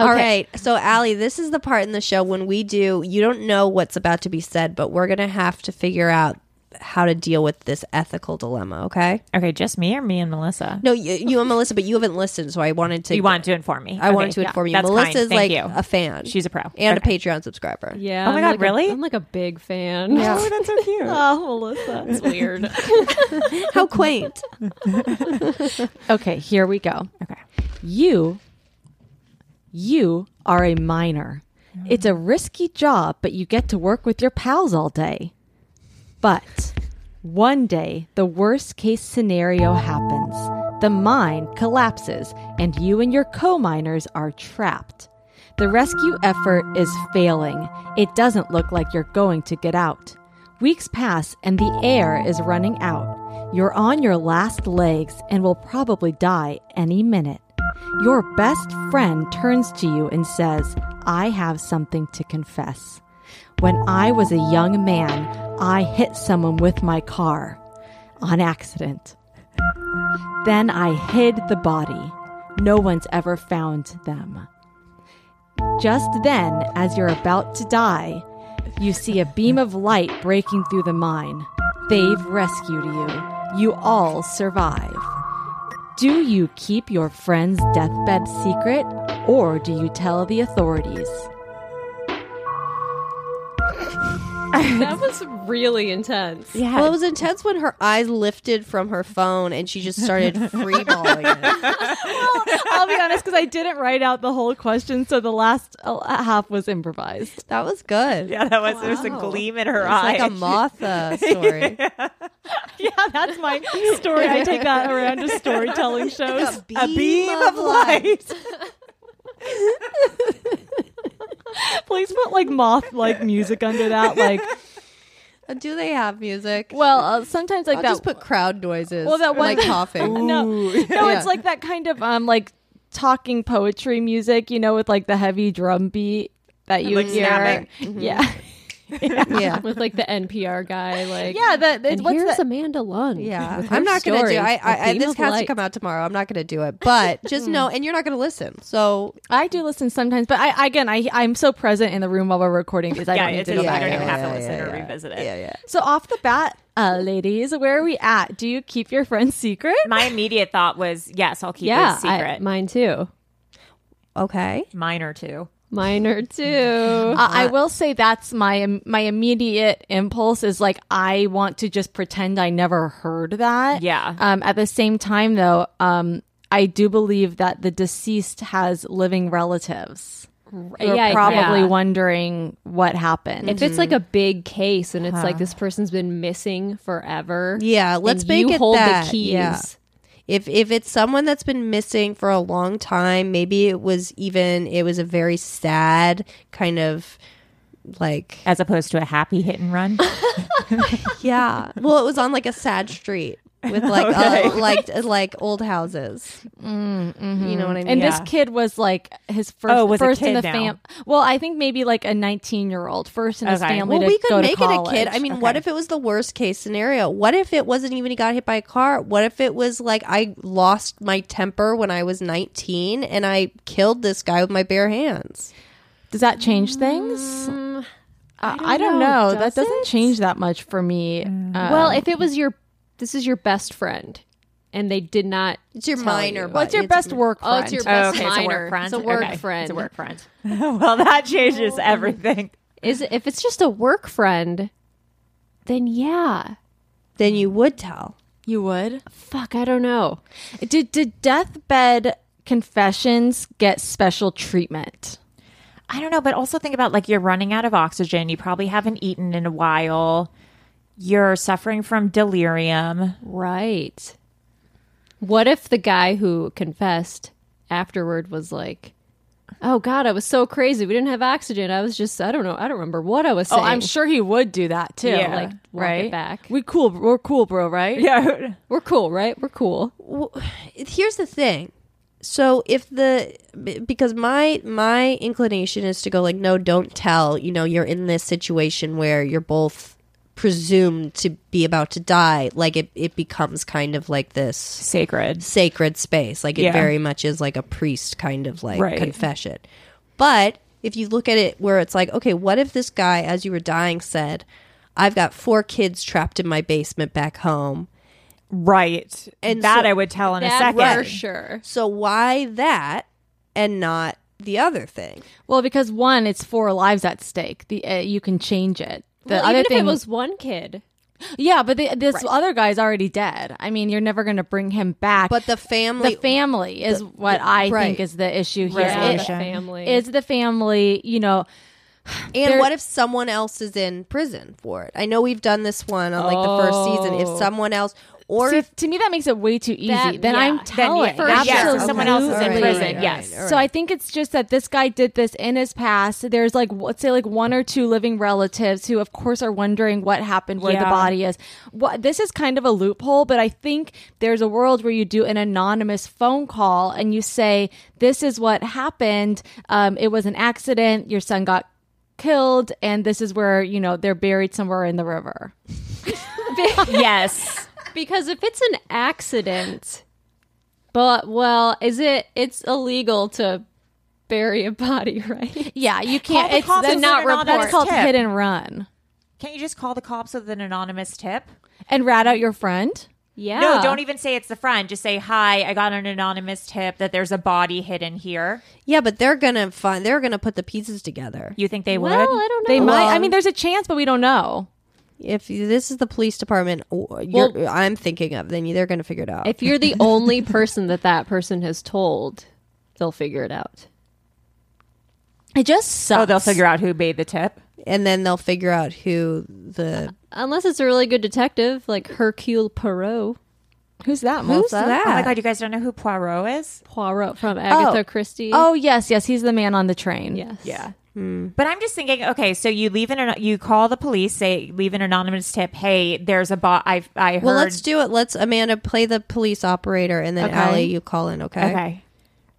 Speaker 4: All right. So, Allie, this is the part in the show when we do, you don't know what's about to be said, but we're going to have to figure out how to deal with this ethical dilemma, okay?
Speaker 5: okay, just me or me and Melissa?
Speaker 4: No, you, you and Melissa, but you haven't listened, so I wanted to.
Speaker 5: you wanted to inform me.
Speaker 4: I wanted
Speaker 5: Okay,
Speaker 4: to
Speaker 5: yeah,
Speaker 4: inform you.
Speaker 5: that's kind.
Speaker 4: Melissa's like
Speaker 5: Thank you.
Speaker 4: a fan.
Speaker 5: She's a pro.
Speaker 4: and
Speaker 5: Okay.
Speaker 4: a Patreon subscriber.
Speaker 6: Yeah.
Speaker 5: Oh my
Speaker 6: I'm
Speaker 5: God,
Speaker 6: like a-
Speaker 5: really?
Speaker 6: I'm like a big fan.
Speaker 5: Oh, that's so cute.
Speaker 2: Oh, Melissa.
Speaker 6: It's weird.
Speaker 4: How quaint.
Speaker 2: Okay, here we go.
Speaker 5: Okay.
Speaker 2: You you are a minor. It's a risky job, but you get to work with your pals all day. But one day, the worst case scenario happens. The mine collapses, and you and your co miners are trapped. The rescue effort is failing. It doesn't look like you're going to get out. Weeks pass, and the air is running out. You're on your last legs and will probably die any minute. Your best friend turns to you and says, I have something to confess. When I was a young man, I hit someone with my car on accident. Then I hid the body. No one's ever found them. Just then, as you're about to die, You see a beam of light breaking through the mine. They've rescued you. You all survive. Do you keep your friend's deathbed secret or do you tell the authorities?
Speaker 6: that was really intense.
Speaker 4: Yeah. Well, it was intense when her eyes lifted from her phone and she just started freeballing it.
Speaker 2: I'll be honest because I didn't write out the whole question, so the last uh, half was improvised.
Speaker 4: That was good.
Speaker 5: Yeah, that was. There was a gleam in her
Speaker 4: It's
Speaker 5: eye.
Speaker 4: like a Martha story.
Speaker 2: Yeah, that's my story. I take that around to storytelling shows.
Speaker 4: A beam, of, light.
Speaker 2: Please put like moth like music under that. Like,
Speaker 4: Do they have music?
Speaker 2: well, uh, sometimes like
Speaker 4: I'll
Speaker 2: that.
Speaker 4: just put crowd noises.
Speaker 2: well, that one
Speaker 4: like coughing.
Speaker 2: no, no,
Speaker 4: Yeah.
Speaker 2: it's like that kind of um like talking poetry music, you know, with like the heavy drum beat that you
Speaker 5: Like
Speaker 2: hear. Mm-hmm.
Speaker 5: snapping.
Speaker 2: Yeah,
Speaker 4: yeah.
Speaker 6: With like the NPR guy, like
Speaker 2: yeah. That
Speaker 6: And
Speaker 2: it's what's
Speaker 6: here's
Speaker 2: that?
Speaker 6: Amanda Lund.
Speaker 4: Yeah,
Speaker 6: with her
Speaker 4: I'm not going to
Speaker 6: story,
Speaker 4: do. I,
Speaker 6: A
Speaker 4: I, I
Speaker 6: Beam
Speaker 4: this
Speaker 6: of
Speaker 4: has to
Speaker 6: Light.
Speaker 4: come out tomorrow. I'm not going to do it. But just
Speaker 2: Hmm.
Speaker 4: know, and you're not going to listen. So
Speaker 2: I do listen sometimes, but I again, I I'm so present in the room while we're recording these. I
Speaker 5: yeah,
Speaker 2: don't need
Speaker 5: it's
Speaker 2: to
Speaker 5: a,
Speaker 2: go
Speaker 5: you
Speaker 2: back.
Speaker 5: don't even
Speaker 2: and-
Speaker 5: have to listen or revisit it.
Speaker 4: yeah.
Speaker 2: So off the bat, uh, ladies, where are we at? Do you keep your friend's secret?
Speaker 5: My immediate thought was, yes, I'll keep
Speaker 6: yeah,
Speaker 5: it
Speaker 6: I-
Speaker 5: secret.
Speaker 6: mine too.
Speaker 4: Okay.
Speaker 5: Mine or two.
Speaker 6: Mine are too.
Speaker 2: Uh, I will say that's my my immediate impulse is like I want to just pretend I never heard that.
Speaker 5: Yeah.
Speaker 2: Um, at the same time, though, um, I do believe that the deceased has living relatives. You're
Speaker 6: yeah,
Speaker 2: probably
Speaker 6: yeah.
Speaker 2: wondering what happened.
Speaker 6: If it's like
Speaker 2: Mm-hmm.
Speaker 6: a big case and it's like this person's been missing forever,
Speaker 4: Yeah, let's
Speaker 6: and
Speaker 4: make
Speaker 6: you
Speaker 4: it
Speaker 6: hold
Speaker 4: that.
Speaker 6: the keys.
Speaker 4: Yeah. If if it's someone that's been missing for a long time, maybe it was even it was a very sad kind of like
Speaker 5: As opposed to a happy hit and run.
Speaker 4: yeah. Well, it was on like a sad street with like uh, like like old houses.
Speaker 2: Mm, mm-hmm.
Speaker 4: You know what I mean?
Speaker 2: and this kid was like his first,
Speaker 5: Oh, was a
Speaker 2: first in
Speaker 5: kid
Speaker 2: the
Speaker 5: now.
Speaker 2: fam. Well, I think maybe like a 19 year old, first in his
Speaker 5: Okay.
Speaker 2: family.
Speaker 4: well,
Speaker 2: to
Speaker 4: we could
Speaker 2: go to
Speaker 4: make it a
Speaker 2: college. Uh,
Speaker 4: kid. I mean, what if it was the worst case scenario? What if it wasn't even he got hit by a car? What if it was like I lost my temper when I was 19 and I killed this guy with my bare hands?
Speaker 2: Does that change things? I don't, I don't know.
Speaker 6: know.
Speaker 2: that
Speaker 6: Does
Speaker 2: doesn't
Speaker 6: it?
Speaker 2: change that much for me. Uh,
Speaker 6: Well, if it was your, this is your best friend, and they did not.
Speaker 4: It's your
Speaker 6: tell
Speaker 4: minor.
Speaker 6: you.
Speaker 4: bud.
Speaker 2: what's your best work
Speaker 6: Oh,
Speaker 2: friend?
Speaker 6: it's your
Speaker 5: Oh,
Speaker 6: best
Speaker 5: okay, it's a
Speaker 6: minor.
Speaker 5: work friend.
Speaker 6: It's a work
Speaker 5: Okay,
Speaker 6: friend.
Speaker 5: It's a work friend. well, that changes
Speaker 4: Oh.
Speaker 5: everything.
Speaker 6: Is if it's just a work friend, then yeah.
Speaker 4: Then you would tell.
Speaker 2: you would.
Speaker 6: Fuck, I don't know.
Speaker 2: Did did deathbed confessions get special treatment?
Speaker 5: I don't know, but also think about like you're running out of oxygen. You probably haven't eaten in a while. You're suffering from delirium.
Speaker 6: Right. What if the guy who confessed afterward was like, "Oh God, I was so crazy. We didn't have oxygen. I was just, I don't know. I don't remember what I was saying."
Speaker 2: Oh, I'm sure he would do that too.
Speaker 5: Yeah.
Speaker 2: like
Speaker 6: Walk it
Speaker 2: right
Speaker 6: back.
Speaker 2: We cool. We're cool, bro. Right?
Speaker 5: Yeah.
Speaker 6: We're cool, right? We're cool.
Speaker 4: here's the thing so if the b- because my my inclination is to go like no don't tell you know you're in this situation where you're both presumed to be about to die like it, it becomes kind of like this
Speaker 5: Sacred.
Speaker 4: sacred space like it
Speaker 5: Yeah.
Speaker 4: very much is like a priest kind of like
Speaker 5: Right.
Speaker 4: confession but if you look at it where it's like okay what if this guy as you were dying said i've got four kids trapped in my basement back home
Speaker 5: Right.
Speaker 4: And
Speaker 5: And that
Speaker 4: so-
Speaker 5: I would tell in a
Speaker 6: That
Speaker 5: second.
Speaker 6: for sure.
Speaker 4: So why that and not the other thing?
Speaker 2: Well, because one, it's four lives at stake. The uh, you can change it. The
Speaker 6: Well,
Speaker 2: other
Speaker 6: even
Speaker 2: thing
Speaker 6: if it was one kid,
Speaker 2: yeah, but the, this other guy's already dead. I mean, you're never going to bring him back.
Speaker 4: But
Speaker 2: the
Speaker 4: the family,
Speaker 2: family is what I
Speaker 4: right.
Speaker 2: think is the issue here.
Speaker 6: yeah, the
Speaker 2: It-
Speaker 6: family.
Speaker 2: It's the family, you know.
Speaker 4: and what if someone else is in prison for it? I know we've done this one on like the first season. If someone else, or
Speaker 2: Oh. See,
Speaker 4: if
Speaker 2: to me that makes it way too easy.
Speaker 6: That-
Speaker 2: then
Speaker 6: yeah.
Speaker 2: I'm
Speaker 6: Then,
Speaker 2: telling.
Speaker 5: yeah, that- yeah, so someone else is in
Speaker 2: Absolutely.
Speaker 5: prison, yes.
Speaker 2: So I think it's just that this guy did this in his past. There's like let's say like one or two living relatives who of course are wondering what happened, where the
Speaker 5: Yeah.
Speaker 2: body is. What this is kind of a loophole, but I think there's a world where you do an anonymous phone call and you say, This is what happened. Um, it was an accident, your son got killed, and this is where, you know, they're buried somewhere in the river.
Speaker 5: yes.
Speaker 6: because if it's an accident, but well, is it? It's illegal to bury a body, right?
Speaker 2: Yeah, you can't.
Speaker 5: the
Speaker 2: It's
Speaker 5: cops
Speaker 2: that's
Speaker 5: and
Speaker 2: not
Speaker 5: put it on
Speaker 2: report. That's
Speaker 5: the
Speaker 2: called
Speaker 5: tip.
Speaker 2: hit and run.
Speaker 5: Can't you just call the cops with an anonymous tip?
Speaker 2: And rat out your friend.
Speaker 6: Yeah.
Speaker 5: No, don't even say it's the friend. Just say, "Hi, I got an anonymous tip that there's a body hidden here."
Speaker 4: Yeah, but they're gonna find. They're gonna put the pieces together.
Speaker 5: You think they
Speaker 6: Well,
Speaker 5: would?
Speaker 6: I don't know.
Speaker 2: They might. I
Speaker 4: Well-
Speaker 2: mean, there's a chance, but we don't know.
Speaker 4: If you- this is the police department, or you're, I'm thinking of, then they're gonna figure it out.
Speaker 6: if you're the only person that that person has told, they'll figure it out.
Speaker 2: It just sucks.
Speaker 5: Oh, they'll figure out who made the tip.
Speaker 4: and then they'll figure out who the
Speaker 6: Unless it's a really good detective, like Hercule Poirot,
Speaker 2: Who's that?
Speaker 4: who's
Speaker 2: Melissa?
Speaker 4: that.
Speaker 5: Oh my god, you guys don't know who Poirot is?
Speaker 6: Poirot from Agatha
Speaker 2: Oh.
Speaker 6: Christie.
Speaker 2: Oh yes, yes. He's the man on the train.
Speaker 6: yes.
Speaker 5: Yeah. But I'm just thinking, okay, so you leave an you call the police, say leave an anonymous tip, "Hey, there's a bot I I heard
Speaker 4: Well, let's do it. Let's Amanda play the police operator, and then
Speaker 5: Okay.
Speaker 4: Allie, you call in. Okay.
Speaker 5: Okay.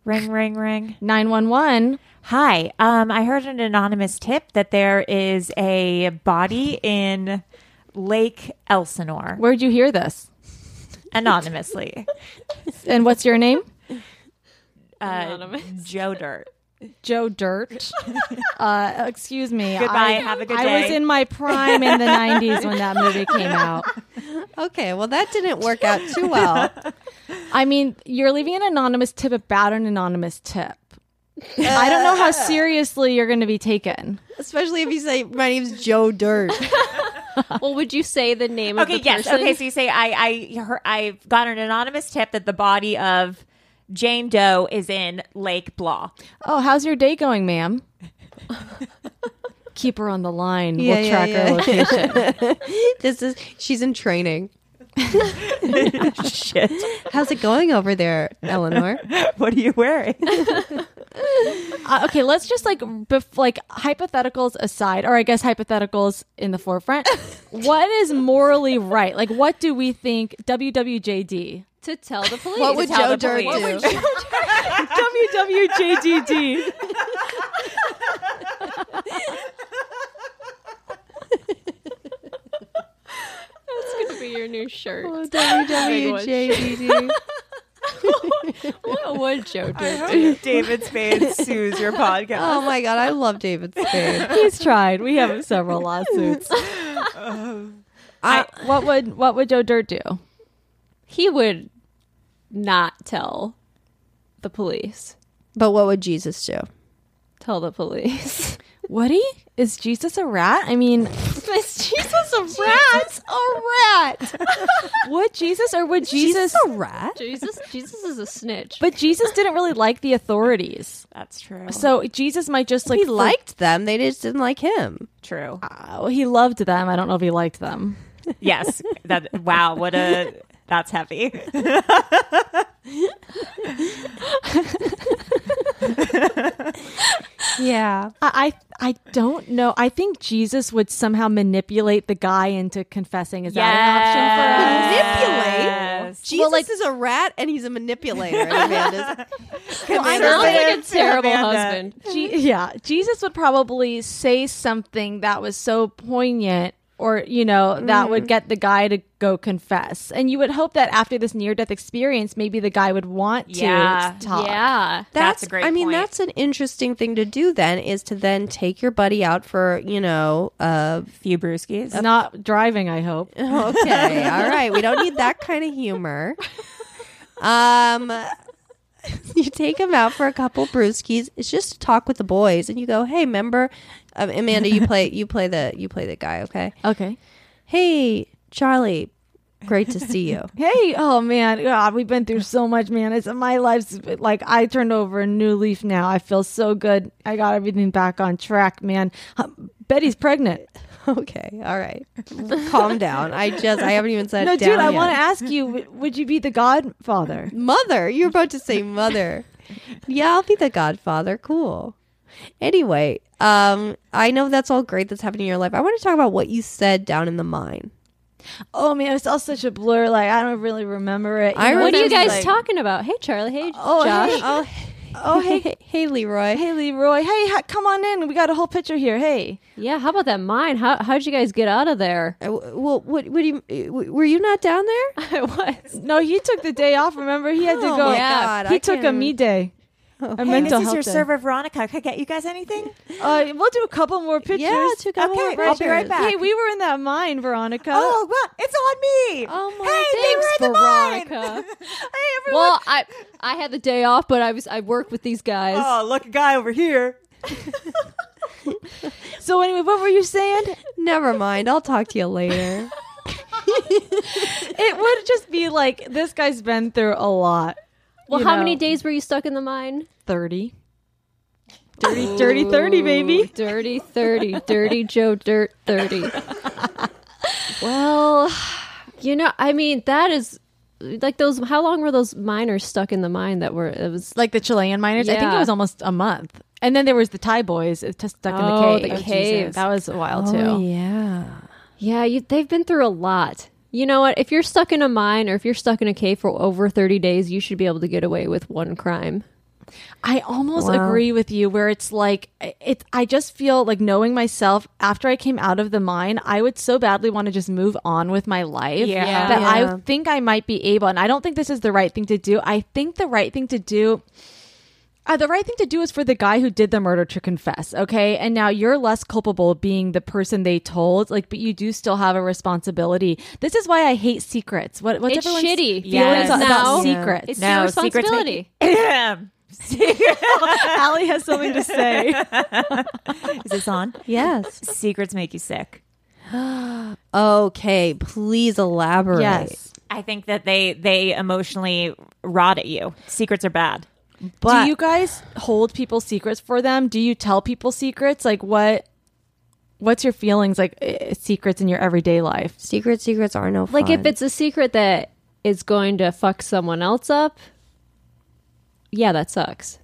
Speaker 5: Ring ring ring.
Speaker 2: Nine one one.
Speaker 5: Hi. Um I heard an anonymous tip that there is a body in Lake Elsinore
Speaker 2: Where'd you hear this?
Speaker 5: anonymously.
Speaker 2: And what's your name?
Speaker 5: Uh, Joe Dirt.
Speaker 2: Joe Dirt. uh, excuse me.
Speaker 5: Goodbye.
Speaker 2: I-
Speaker 5: Have a good
Speaker 2: I was
Speaker 5: day.
Speaker 2: in my prime in the '90s when that movie came out.
Speaker 4: Okay. Well, that didn't work out too well.
Speaker 2: I mean, you're leaving an anonymous tip about an anonymous tip. I don't know how seriously you're going to be taken.
Speaker 4: Especially if you say my name's Joe Dirt.
Speaker 6: Well, would you say the name
Speaker 5: Okay,
Speaker 6: of the
Speaker 5: yes.
Speaker 6: person?
Speaker 5: Okay, so you say I I her, I've got an anonymous tip that the body of Jane Doe is in Lake Blah.
Speaker 2: Oh, how's your day going, ma'am? Keep her on the line.
Speaker 4: Yeah,
Speaker 2: we'll
Speaker 4: yeah,
Speaker 2: track her
Speaker 4: yeah.
Speaker 2: location.
Speaker 4: this is she's in training.
Speaker 5: Shit.
Speaker 4: How's it going over there, Eleanor?
Speaker 5: What are you wearing?
Speaker 2: Uh, okay, let's just like bef- like hypotheticals aside, or I guess hypotheticals in the forefront. what is morally right? Like, what do we think? WWJD.
Speaker 6: to tell the police.
Speaker 4: What would
Speaker 5: tell
Speaker 4: Joe
Speaker 5: the
Speaker 4: Dirt
Speaker 5: police. What
Speaker 4: do?
Speaker 5: would
Speaker 2: WWJDD.
Speaker 6: That's gonna be your new shirt.
Speaker 4: WWJD.
Speaker 6: what would Joe do?
Speaker 5: David Spade sues your podcast.
Speaker 4: Oh my god, I love David Spade.
Speaker 2: He's tried. We have several lawsuits. I, what would what would Joe Dirt do?
Speaker 6: He would not tell the police.
Speaker 4: But what would Jesus do?
Speaker 6: Tell the police.
Speaker 2: Would he? Is Jesus a rat? I mean,
Speaker 6: Is Jesus a rat?
Speaker 2: would Jesus or would Jesus?
Speaker 4: a rat?
Speaker 6: Jesus, Jesus is a snitch.
Speaker 2: But Jesus didn't really like the authorities,
Speaker 5: That's true.
Speaker 2: so Jesus might just like
Speaker 4: He
Speaker 2: for-
Speaker 4: liked them. They just didn't like him.
Speaker 5: True.
Speaker 2: Oh, he loved them. I don't know if he liked them.
Speaker 5: Yes. That wow, what a that's heavy.
Speaker 4: Yeah.
Speaker 2: I I, I don't know. I think Jesus would somehow manipulate the guy into confessing. Is that an option for us?
Speaker 4: Manipulate.
Speaker 5: Yes.
Speaker 4: Jesus is a rat and he's a manipulator. and Amanda's
Speaker 6: well, I sound like a terrible husband.
Speaker 2: Je- yeah, Jesus would probably say something that was so poignant or you know that
Speaker 5: Mm.
Speaker 2: would get the guy to go confess. And you would hope that after this near death experience maybe the guy would want to
Speaker 5: Yeah.
Speaker 2: talk.
Speaker 6: Yeah.
Speaker 5: That's a great
Speaker 4: I mean,
Speaker 5: point.
Speaker 4: that's an interesting thing to do. Then is to then take your buddy out for you know. Uh,
Speaker 5: Few brewskis.
Speaker 2: It's not driving, I hope.
Speaker 4: okay, all right. We don't need that kind of humor. Um, you take him out for a couple brewskis. It's just to talk with the boys, and you go, "Hey, remember, um, Amanda? You play, you play the, you play the guy. Okay.
Speaker 2: Okay.
Speaker 4: Hey, Charlie. Great to see you.
Speaker 2: Hey, oh man, God, we've been through so much, man. It's my life's like I turned over a new leaf now. I feel so good. I got everything back on track, man. Huh, Betty's pregnant.
Speaker 4: okay, all right. Calm down. I just, I haven't even said.
Speaker 2: No, dude,
Speaker 4: down
Speaker 2: I
Speaker 4: yet.
Speaker 2: want to ask you: w- Would you be the godfather?
Speaker 4: Mother. You're about to say mother. yeah, I'll be the godfather. Cool. Anyway, um, I know that's all great that's happening in your life. I want to talk about what you said down in the mine.
Speaker 2: Oh man, it's all such a blur. Like I don't really remember it. You
Speaker 4: I
Speaker 2: know,
Speaker 6: What are you
Speaker 2: sometimes,
Speaker 6: guys
Speaker 2: like,
Speaker 6: talking about? Hey, Charlie. Hey,
Speaker 2: Oh,
Speaker 6: Josh.
Speaker 2: hey,
Speaker 4: Oh, oh, hey, hey, Leroy.
Speaker 2: hey, Leroy. Hey, ha- come on in. We got a whole picture here. Hey,
Speaker 6: Yeah. How about that mine? How how'd you guys get out of there?
Speaker 4: Uh, w- Well, what, what do you? uh, w- Were you not down there?
Speaker 6: I was.
Speaker 2: no, he took the day off. Remember, he had to
Speaker 4: Oh
Speaker 2: go.
Speaker 4: my God,
Speaker 2: he
Speaker 4: I
Speaker 2: took a
Speaker 4: can't-
Speaker 2: me day. A
Speaker 5: Hey,
Speaker 2: mental
Speaker 5: this is
Speaker 2: health
Speaker 5: your
Speaker 2: day.
Speaker 5: server, Veronica. Can I get you guys anything?
Speaker 6: Oh.
Speaker 2: Uh, we'll do a couple more pictures.
Speaker 4: Oh,
Speaker 5: Yeah, two couple Okay, more I'll be right pictures. back.
Speaker 2: Hey, we were in that mine, Veronica.
Speaker 5: Oh, well, it's on me.
Speaker 6: Oh my
Speaker 5: Hey,
Speaker 6: thanks,
Speaker 5: they were in the mine.
Speaker 6: Veronica.
Speaker 5: Hey, everyone.
Speaker 6: well, I I had the day off, but I was I worked with these guys.
Speaker 5: oh, look, a guy over here.
Speaker 2: So anyway, what were you saying?
Speaker 4: Never mind. I'll talk to you later.
Speaker 2: it would just be like this guy's been through a lot.
Speaker 6: well,
Speaker 2: you
Speaker 6: how
Speaker 2: know.
Speaker 6: many days were you stuck in the mine?
Speaker 2: Thirty. Dirty, dirty, thirty,
Speaker 6: Ooh,
Speaker 2: baby.
Speaker 6: dirty thirty, dirty Joe Dirt thirty. well, you know, I mean, that is like those. How long were those miners stuck in the mine? That were it was
Speaker 2: Like the Chilean miners. I think it
Speaker 6: Yeah.
Speaker 2: was almost a month. And then there was the Thai boys uh, t- stuck
Speaker 6: Oh,
Speaker 2: in the
Speaker 6: the
Speaker 2: cave.
Speaker 6: cave. Oh,
Speaker 2: That was a while too.
Speaker 4: yeah.
Speaker 6: Yeah, you, they've been through a lot. You know what? If you're stuck in a mine or if you're stuck in a cave for over 30 days, you should be able to get away with one crime.
Speaker 2: I almost agree with you where it's like it I just feel like knowing myself after I came out of the mine, I would so badly want to just move on with my life
Speaker 5: Yeah. Yeah.
Speaker 2: that
Speaker 4: Yeah.
Speaker 2: I think I might be able and I don't think this is the right thing to do. I think the right thing to do uh, the right thing to do is for the guy who did the murder to confess, okay? And now you're less culpable being the person they told, like, but you do still have a responsibility. This is why I hate secrets. What, what's
Speaker 6: It's
Speaker 2: everyone's
Speaker 6: shitty.
Speaker 2: feelings
Speaker 5: Yes.
Speaker 2: about
Speaker 6: Now-
Speaker 2: secrets?
Speaker 6: It's
Speaker 5: No,
Speaker 6: your
Speaker 5: secrets make
Speaker 6: responsibility.
Speaker 2: Allie has something to say.
Speaker 5: Is this on?
Speaker 4: Yes.
Speaker 5: Secrets make you sick.
Speaker 4: Okay. Please elaborate.
Speaker 2: Yes.
Speaker 5: I think that they they emotionally rot at you. Secrets are bad.
Speaker 4: But
Speaker 2: do you guys hold people's secrets for them? Do you tell people secrets? Like what? What's your feelings like eh, secrets in your everyday life?
Speaker 4: secret secrets are no fun.
Speaker 6: Like, if it's a secret that is going to fuck someone else up, yeah, that sucks.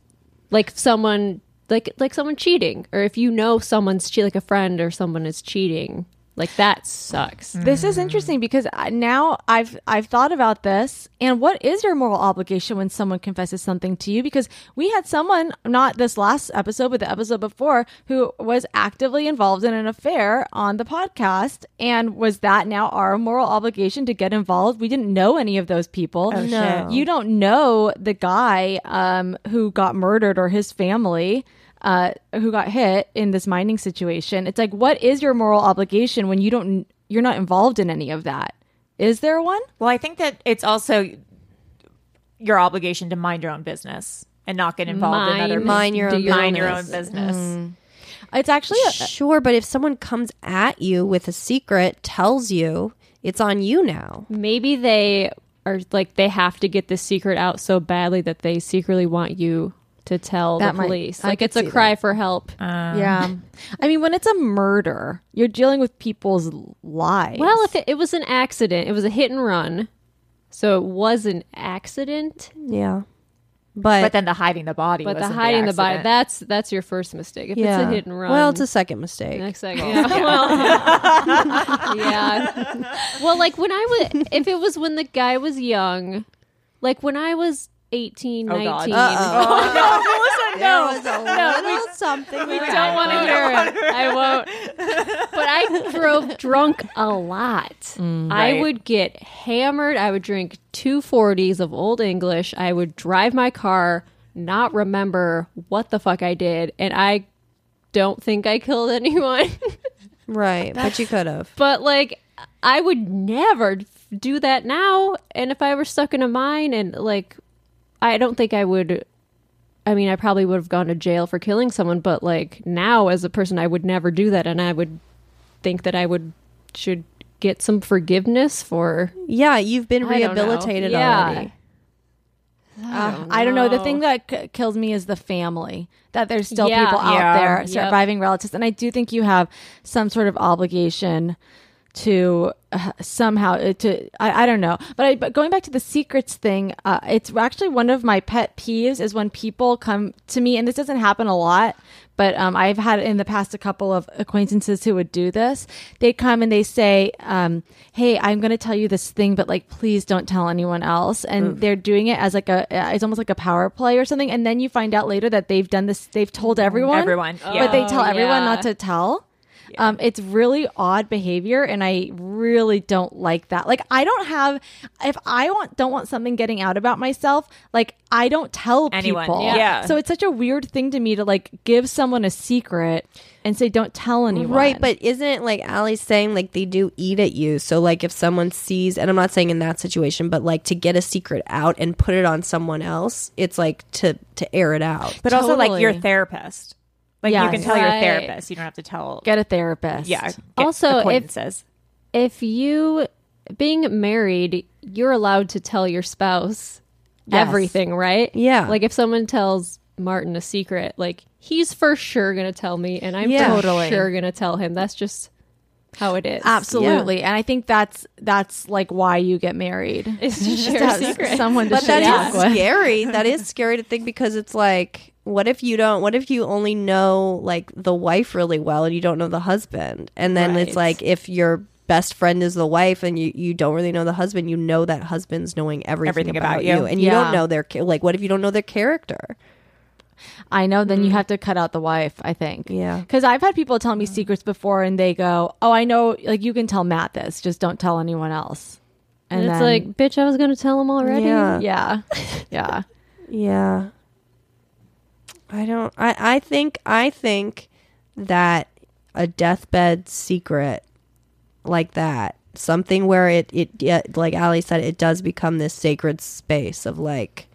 Speaker 6: Like, someone. Like, like someone cheating, or if you know someone's che- like a friend or someone is cheating, like that sucks.
Speaker 2: This is interesting because I- now I've I've thought about this and what is your moral obligation when someone confesses something to you? Because we had someone not this last episode but the episode before who was actively involved in an affair on the podcast and was that now our moral obligation to get involved? We didn't know any of those people.
Speaker 5: No.
Speaker 2: You don't know the guy um, who got murdered or his family uh, who got hit in this mining situation. It's like, what is your moral obligation when you don't, you're not involved in any of that? Is there one?
Speaker 5: Well, I think that it's also your obligation to mind your own business and not get involved in other
Speaker 6: Mind- Mm.
Speaker 4: mind your
Speaker 6: do
Speaker 4: own
Speaker 6: your
Speaker 5: mind your own
Speaker 4: business.
Speaker 5: business.
Speaker 2: It's
Speaker 4: Oh,
Speaker 2: actually uh, a,
Speaker 4: Sure, but if someone comes at you with a secret, tells you, it's on you now.
Speaker 6: Maybe they are like they have to get this secret out so badly that they secretly want you to tell
Speaker 2: That
Speaker 6: the
Speaker 2: might-
Speaker 6: police.
Speaker 2: I
Speaker 6: like
Speaker 2: could
Speaker 6: it's a
Speaker 2: see
Speaker 6: cry for help.
Speaker 2: yeah. I mean, when it's a murder, you're dealing with people's lives.
Speaker 6: well, if it, it was an accident, it was a hit and run, so it was an accident.
Speaker 4: Yeah. But,
Speaker 5: But then the hiding the body.
Speaker 6: But the
Speaker 5: wasn't
Speaker 6: hiding the body
Speaker 2: uh,
Speaker 5: accident.
Speaker 6: that's that's your first mistake. If
Speaker 4: yeah.
Speaker 6: it's a hit and run,
Speaker 4: Well, it's a second mistake.
Speaker 6: next second. Yeah. well, yeah. Well, like when I was, if it was when the guy was young, like when I was
Speaker 5: Oh,
Speaker 6: 18,
Speaker 5: God.
Speaker 6: 19.
Speaker 4: no, was
Speaker 6: Oh,
Speaker 4: a little something.
Speaker 6: We don't want to hear it. I won't. But I drove drunk a lot. I
Speaker 5: Right.
Speaker 6: would get hammered. I would drink two forties of Old English. I would drive my car, not remember what the fuck I did, and I don't think I killed anyone.
Speaker 4: Right, but you could have.
Speaker 6: but like, I would never do that now. And if I were stuck in a mine, and like, I don't think I would. I mean, I probably would have gone to jail for killing someone, but like now as a person, I would never do that, and I would think that I would should get some forgiveness for
Speaker 4: Yeah, you've been
Speaker 6: I don't know.
Speaker 4: rehabilitated
Speaker 6: Yeah.
Speaker 4: already.
Speaker 5: Oh,
Speaker 2: Uh, I don't know. The thing that c- kills me is the family. That there's still
Speaker 6: Yeah.
Speaker 2: people out
Speaker 5: Yeah.
Speaker 2: there
Speaker 6: Yep.
Speaker 2: surviving relatives, and I do think you have some sort of obligation to uh, somehow uh, to I, I don't know. But I, but going back to the secrets thing, uh, it's actually one of my pet peeves is when people come to me, and this doesn't happen a lot, but um, I've had in the past a couple of acquaintances who would do this. They come and they say, um, "Hey, I'm going to tell you this thing, but like, please don't tell anyone else." And they're doing it as like a, uh, it's almost like a power play or something. And then you find out later that they've done this, they've told everyone,
Speaker 5: Everyone,
Speaker 2: but they
Speaker 6: yeah.
Speaker 2: tell
Speaker 6: Oh,
Speaker 2: everyone
Speaker 6: yeah.
Speaker 2: not to tell. Um, it's really odd behavior, and I really don't like that. Like I don't have if I want don't want something getting out about myself, like I don't tell
Speaker 5: Anyone.
Speaker 2: people.
Speaker 5: Yeah.
Speaker 2: So it's such a weird thing to me to like give someone a secret and say don't tell anyone.
Speaker 4: Right, but isn't like Allie's saying like they do eat at you? So like if someone sees, and I'm not saying in that situation, but like to get a secret out and put it on someone else, it's like to to air it out.
Speaker 5: But also like your
Speaker 2: Totally.
Speaker 5: therapist. Like you
Speaker 2: Yes.
Speaker 5: can tell your
Speaker 6: Right.
Speaker 5: therapist. You don't have to tell.
Speaker 2: get a therapist.
Speaker 5: yeah. Get
Speaker 6: Also, if-
Speaker 5: acquaintances.
Speaker 6: if you being married, you're allowed to tell your spouse
Speaker 2: Yes.
Speaker 6: everything, right?
Speaker 4: Yeah.
Speaker 6: Like if someone tells Martin a secret, like he's for sure gonna tell me, and I'm
Speaker 4: Yeah.
Speaker 6: for
Speaker 2: Totally.
Speaker 6: sure gonna tell him. That's just how it is.
Speaker 2: Absolutely. And I think that's that's like why you get married.
Speaker 6: It's to
Speaker 2: Just
Speaker 6: share
Speaker 2: have
Speaker 6: secrets.
Speaker 2: Someone to
Speaker 4: But
Speaker 2: share
Speaker 4: that is
Speaker 2: with.
Speaker 4: scary. That is scary to think because it's like, what if you don't? What if you only know like the wife really well and you don't know the husband? And then it's
Speaker 6: Right.
Speaker 4: like if your best friend is the wife and you, you don't really know the husband, you know that husband's knowing everything,
Speaker 5: Everything
Speaker 4: about,
Speaker 5: about
Speaker 4: you,
Speaker 5: you.
Speaker 4: and you don't
Speaker 2: Yeah.
Speaker 4: know their cha- like. What if you don't know their character?
Speaker 2: I know. Then you
Speaker 6: Mm.
Speaker 2: have to cut out the wife. I think.
Speaker 4: Yeah.
Speaker 2: Because I've had people tell me secrets before, and they go, "Oh, I know. Like you can tell Matt this. Just don't tell anyone else." And,
Speaker 6: And it's
Speaker 2: then-
Speaker 6: like, bitch, I was gonna tell him already.
Speaker 4: Yeah.
Speaker 2: yeah, yeah.
Speaker 4: Yeah. I don't I I think I think that a deathbed secret like that, something where it it yeah, like Ali said it does become this sacred space of like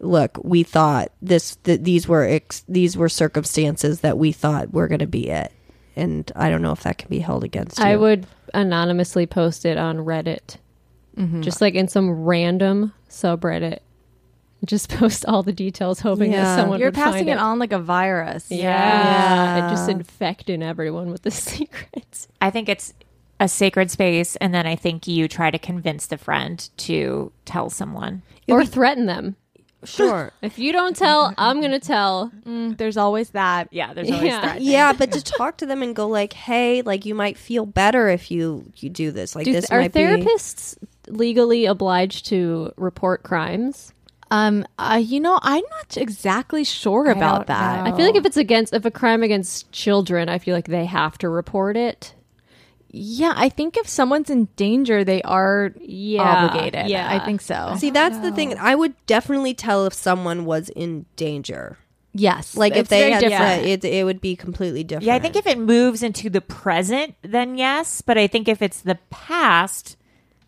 Speaker 4: look, we thought this th- these were ex- these were circumstances that we thought were going to be it. And I don't know if that can be held against you.
Speaker 6: I would anonymously post it on Reddit, just like in some random subreddit. Just post all the details, hoping
Speaker 4: Yeah.
Speaker 6: that someone
Speaker 2: You're
Speaker 6: would find
Speaker 2: passing it on like a virus.
Speaker 6: Yeah.
Speaker 4: Yeah.
Speaker 6: And just infecting everyone with the secrets.
Speaker 5: I think it's a sacred space, and then I think you try to convince the friend to tell someone.
Speaker 6: or threaten them.
Speaker 4: sure.
Speaker 6: If you don't tell, I'm going to tell.
Speaker 2: Mm, there's always that.
Speaker 5: Yeah, there's always
Speaker 6: Yeah.
Speaker 5: that.
Speaker 4: yeah but to talk to them and go like hey like you might feel better if you you do this like
Speaker 6: Do,
Speaker 4: this
Speaker 6: are
Speaker 4: might
Speaker 6: therapists legally obliged to report crimes?
Speaker 2: Um. Uh. You know, I'm not exactly sure about
Speaker 5: don't
Speaker 2: that.
Speaker 6: I feel like if it's against, if a crime against children, I feel like they have to report it.
Speaker 2: Yeah, I think if someone's in danger, they are
Speaker 6: Yeah.
Speaker 2: obligated.
Speaker 6: Yeah.
Speaker 2: I think so.
Speaker 4: be see that's the thing i would definitely tell if someone was in danger
Speaker 2: yes,
Speaker 4: like if
Speaker 2: It's
Speaker 4: they
Speaker 2: very
Speaker 4: had
Speaker 2: different.
Speaker 4: said- it, it would be completely different
Speaker 5: Yeah, I think if it moves into the present, then yes. But I think if it's the past,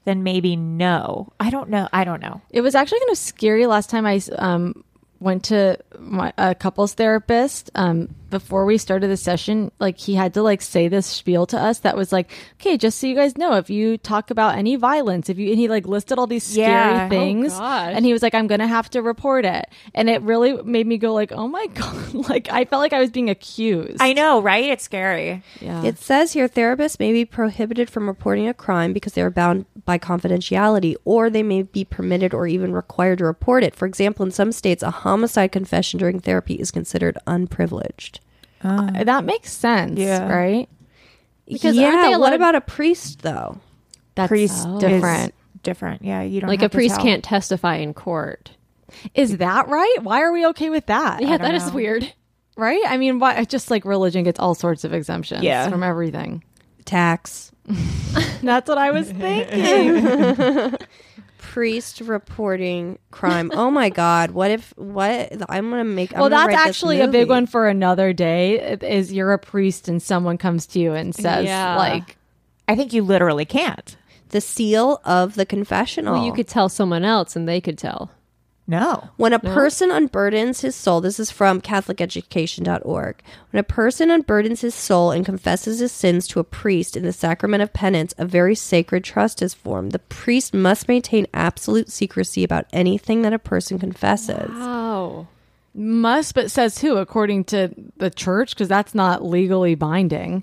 Speaker 5: then maybe no. I don't know. I don't know.
Speaker 2: It was actually kind of scary last time I um, went to my, a couples therapist. Um, before we started the session, like he had to like say this spiel to us that was like, "Okay, just so you guys know, if you talk about any violence, if you," and he like listed all these scary
Speaker 5: Yeah. Oh,
Speaker 2: things,
Speaker 6: gosh.
Speaker 2: and he was like, "I'm gonna have to report it," and it really made me go like, "Oh my god!" like I felt like I was being accused.
Speaker 5: I know, right? It's scary.
Speaker 2: Yeah.
Speaker 4: it says here therapists may be prohibited from reporting a crime because they are bound by confidentiality or they may be permitted or even required to report it for example in some states a homicide confession during therapy is considered unprivileged
Speaker 2: that makes sense,
Speaker 5: Yeah.
Speaker 2: right?
Speaker 6: Because
Speaker 4: yeah
Speaker 6: aren't they
Speaker 4: what
Speaker 6: allowed-
Speaker 4: about a priest though
Speaker 2: That's
Speaker 5: priest is
Speaker 2: different.
Speaker 5: Oh. different. Yeah, you don't
Speaker 6: Like a
Speaker 5: have to
Speaker 6: priest
Speaker 5: tell.
Speaker 6: can't testify in court.
Speaker 2: Is that right? Why are we okay with that?
Speaker 6: Yeah, that is weird.
Speaker 2: right? I mean, why? it's Just like religion gets all sorts of exemptions
Speaker 5: Yeah.
Speaker 2: from everything.
Speaker 4: tax
Speaker 2: That's what I was thinking.
Speaker 4: priest reporting crime. Oh my god, what if what I'm going to make I'm
Speaker 2: well,
Speaker 4: gonna
Speaker 2: that's
Speaker 4: write this
Speaker 2: actually a big
Speaker 4: movie.
Speaker 2: one for another day. Is you're a priest and someone comes to you and says
Speaker 6: Yeah.
Speaker 2: like,
Speaker 5: I think you literally can't.
Speaker 4: The seal of the confessional.
Speaker 2: Oh.
Speaker 6: Well, you could tell someone else and they could tell.
Speaker 5: No.
Speaker 4: When a person unburdens his soul, this is from CatholicEducation.org. When a person unburdens his soul and confesses his sins to a priest in the sacrament of penance, a very sacred trust is formed. The priest must maintain absolute secrecy about anything that a person confesses.
Speaker 6: Oh.
Speaker 2: must, but says who? According to the church, because that's not legally binding.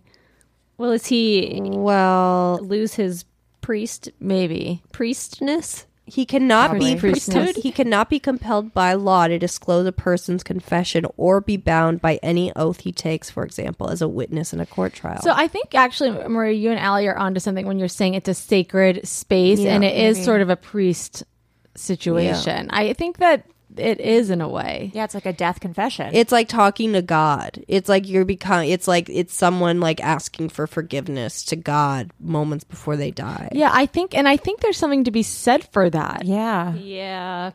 Speaker 6: Well, is he
Speaker 4: Well,
Speaker 6: lose his priest
Speaker 2: Maybe
Speaker 6: priestness?
Speaker 4: He cannot be
Speaker 2: Priesthood.
Speaker 4: he cannot be compelled by law to disclose a person's confession or be bound by any oath he takes, for example, as a witness in a court trial.
Speaker 2: So I think actually, Maria, you and Allie are onto something when you're saying it's a sacred space, and it is sort of a priest situation. I think that it is in a way.
Speaker 5: Yeah, it's like a death confession.
Speaker 4: It's like talking to God. It's like you're become. It's like it's someone like asking for forgiveness to God moments before they die.
Speaker 2: Yeah, I think, and I think there's something to be said for that.
Speaker 5: Yeah.
Speaker 6: Yeah.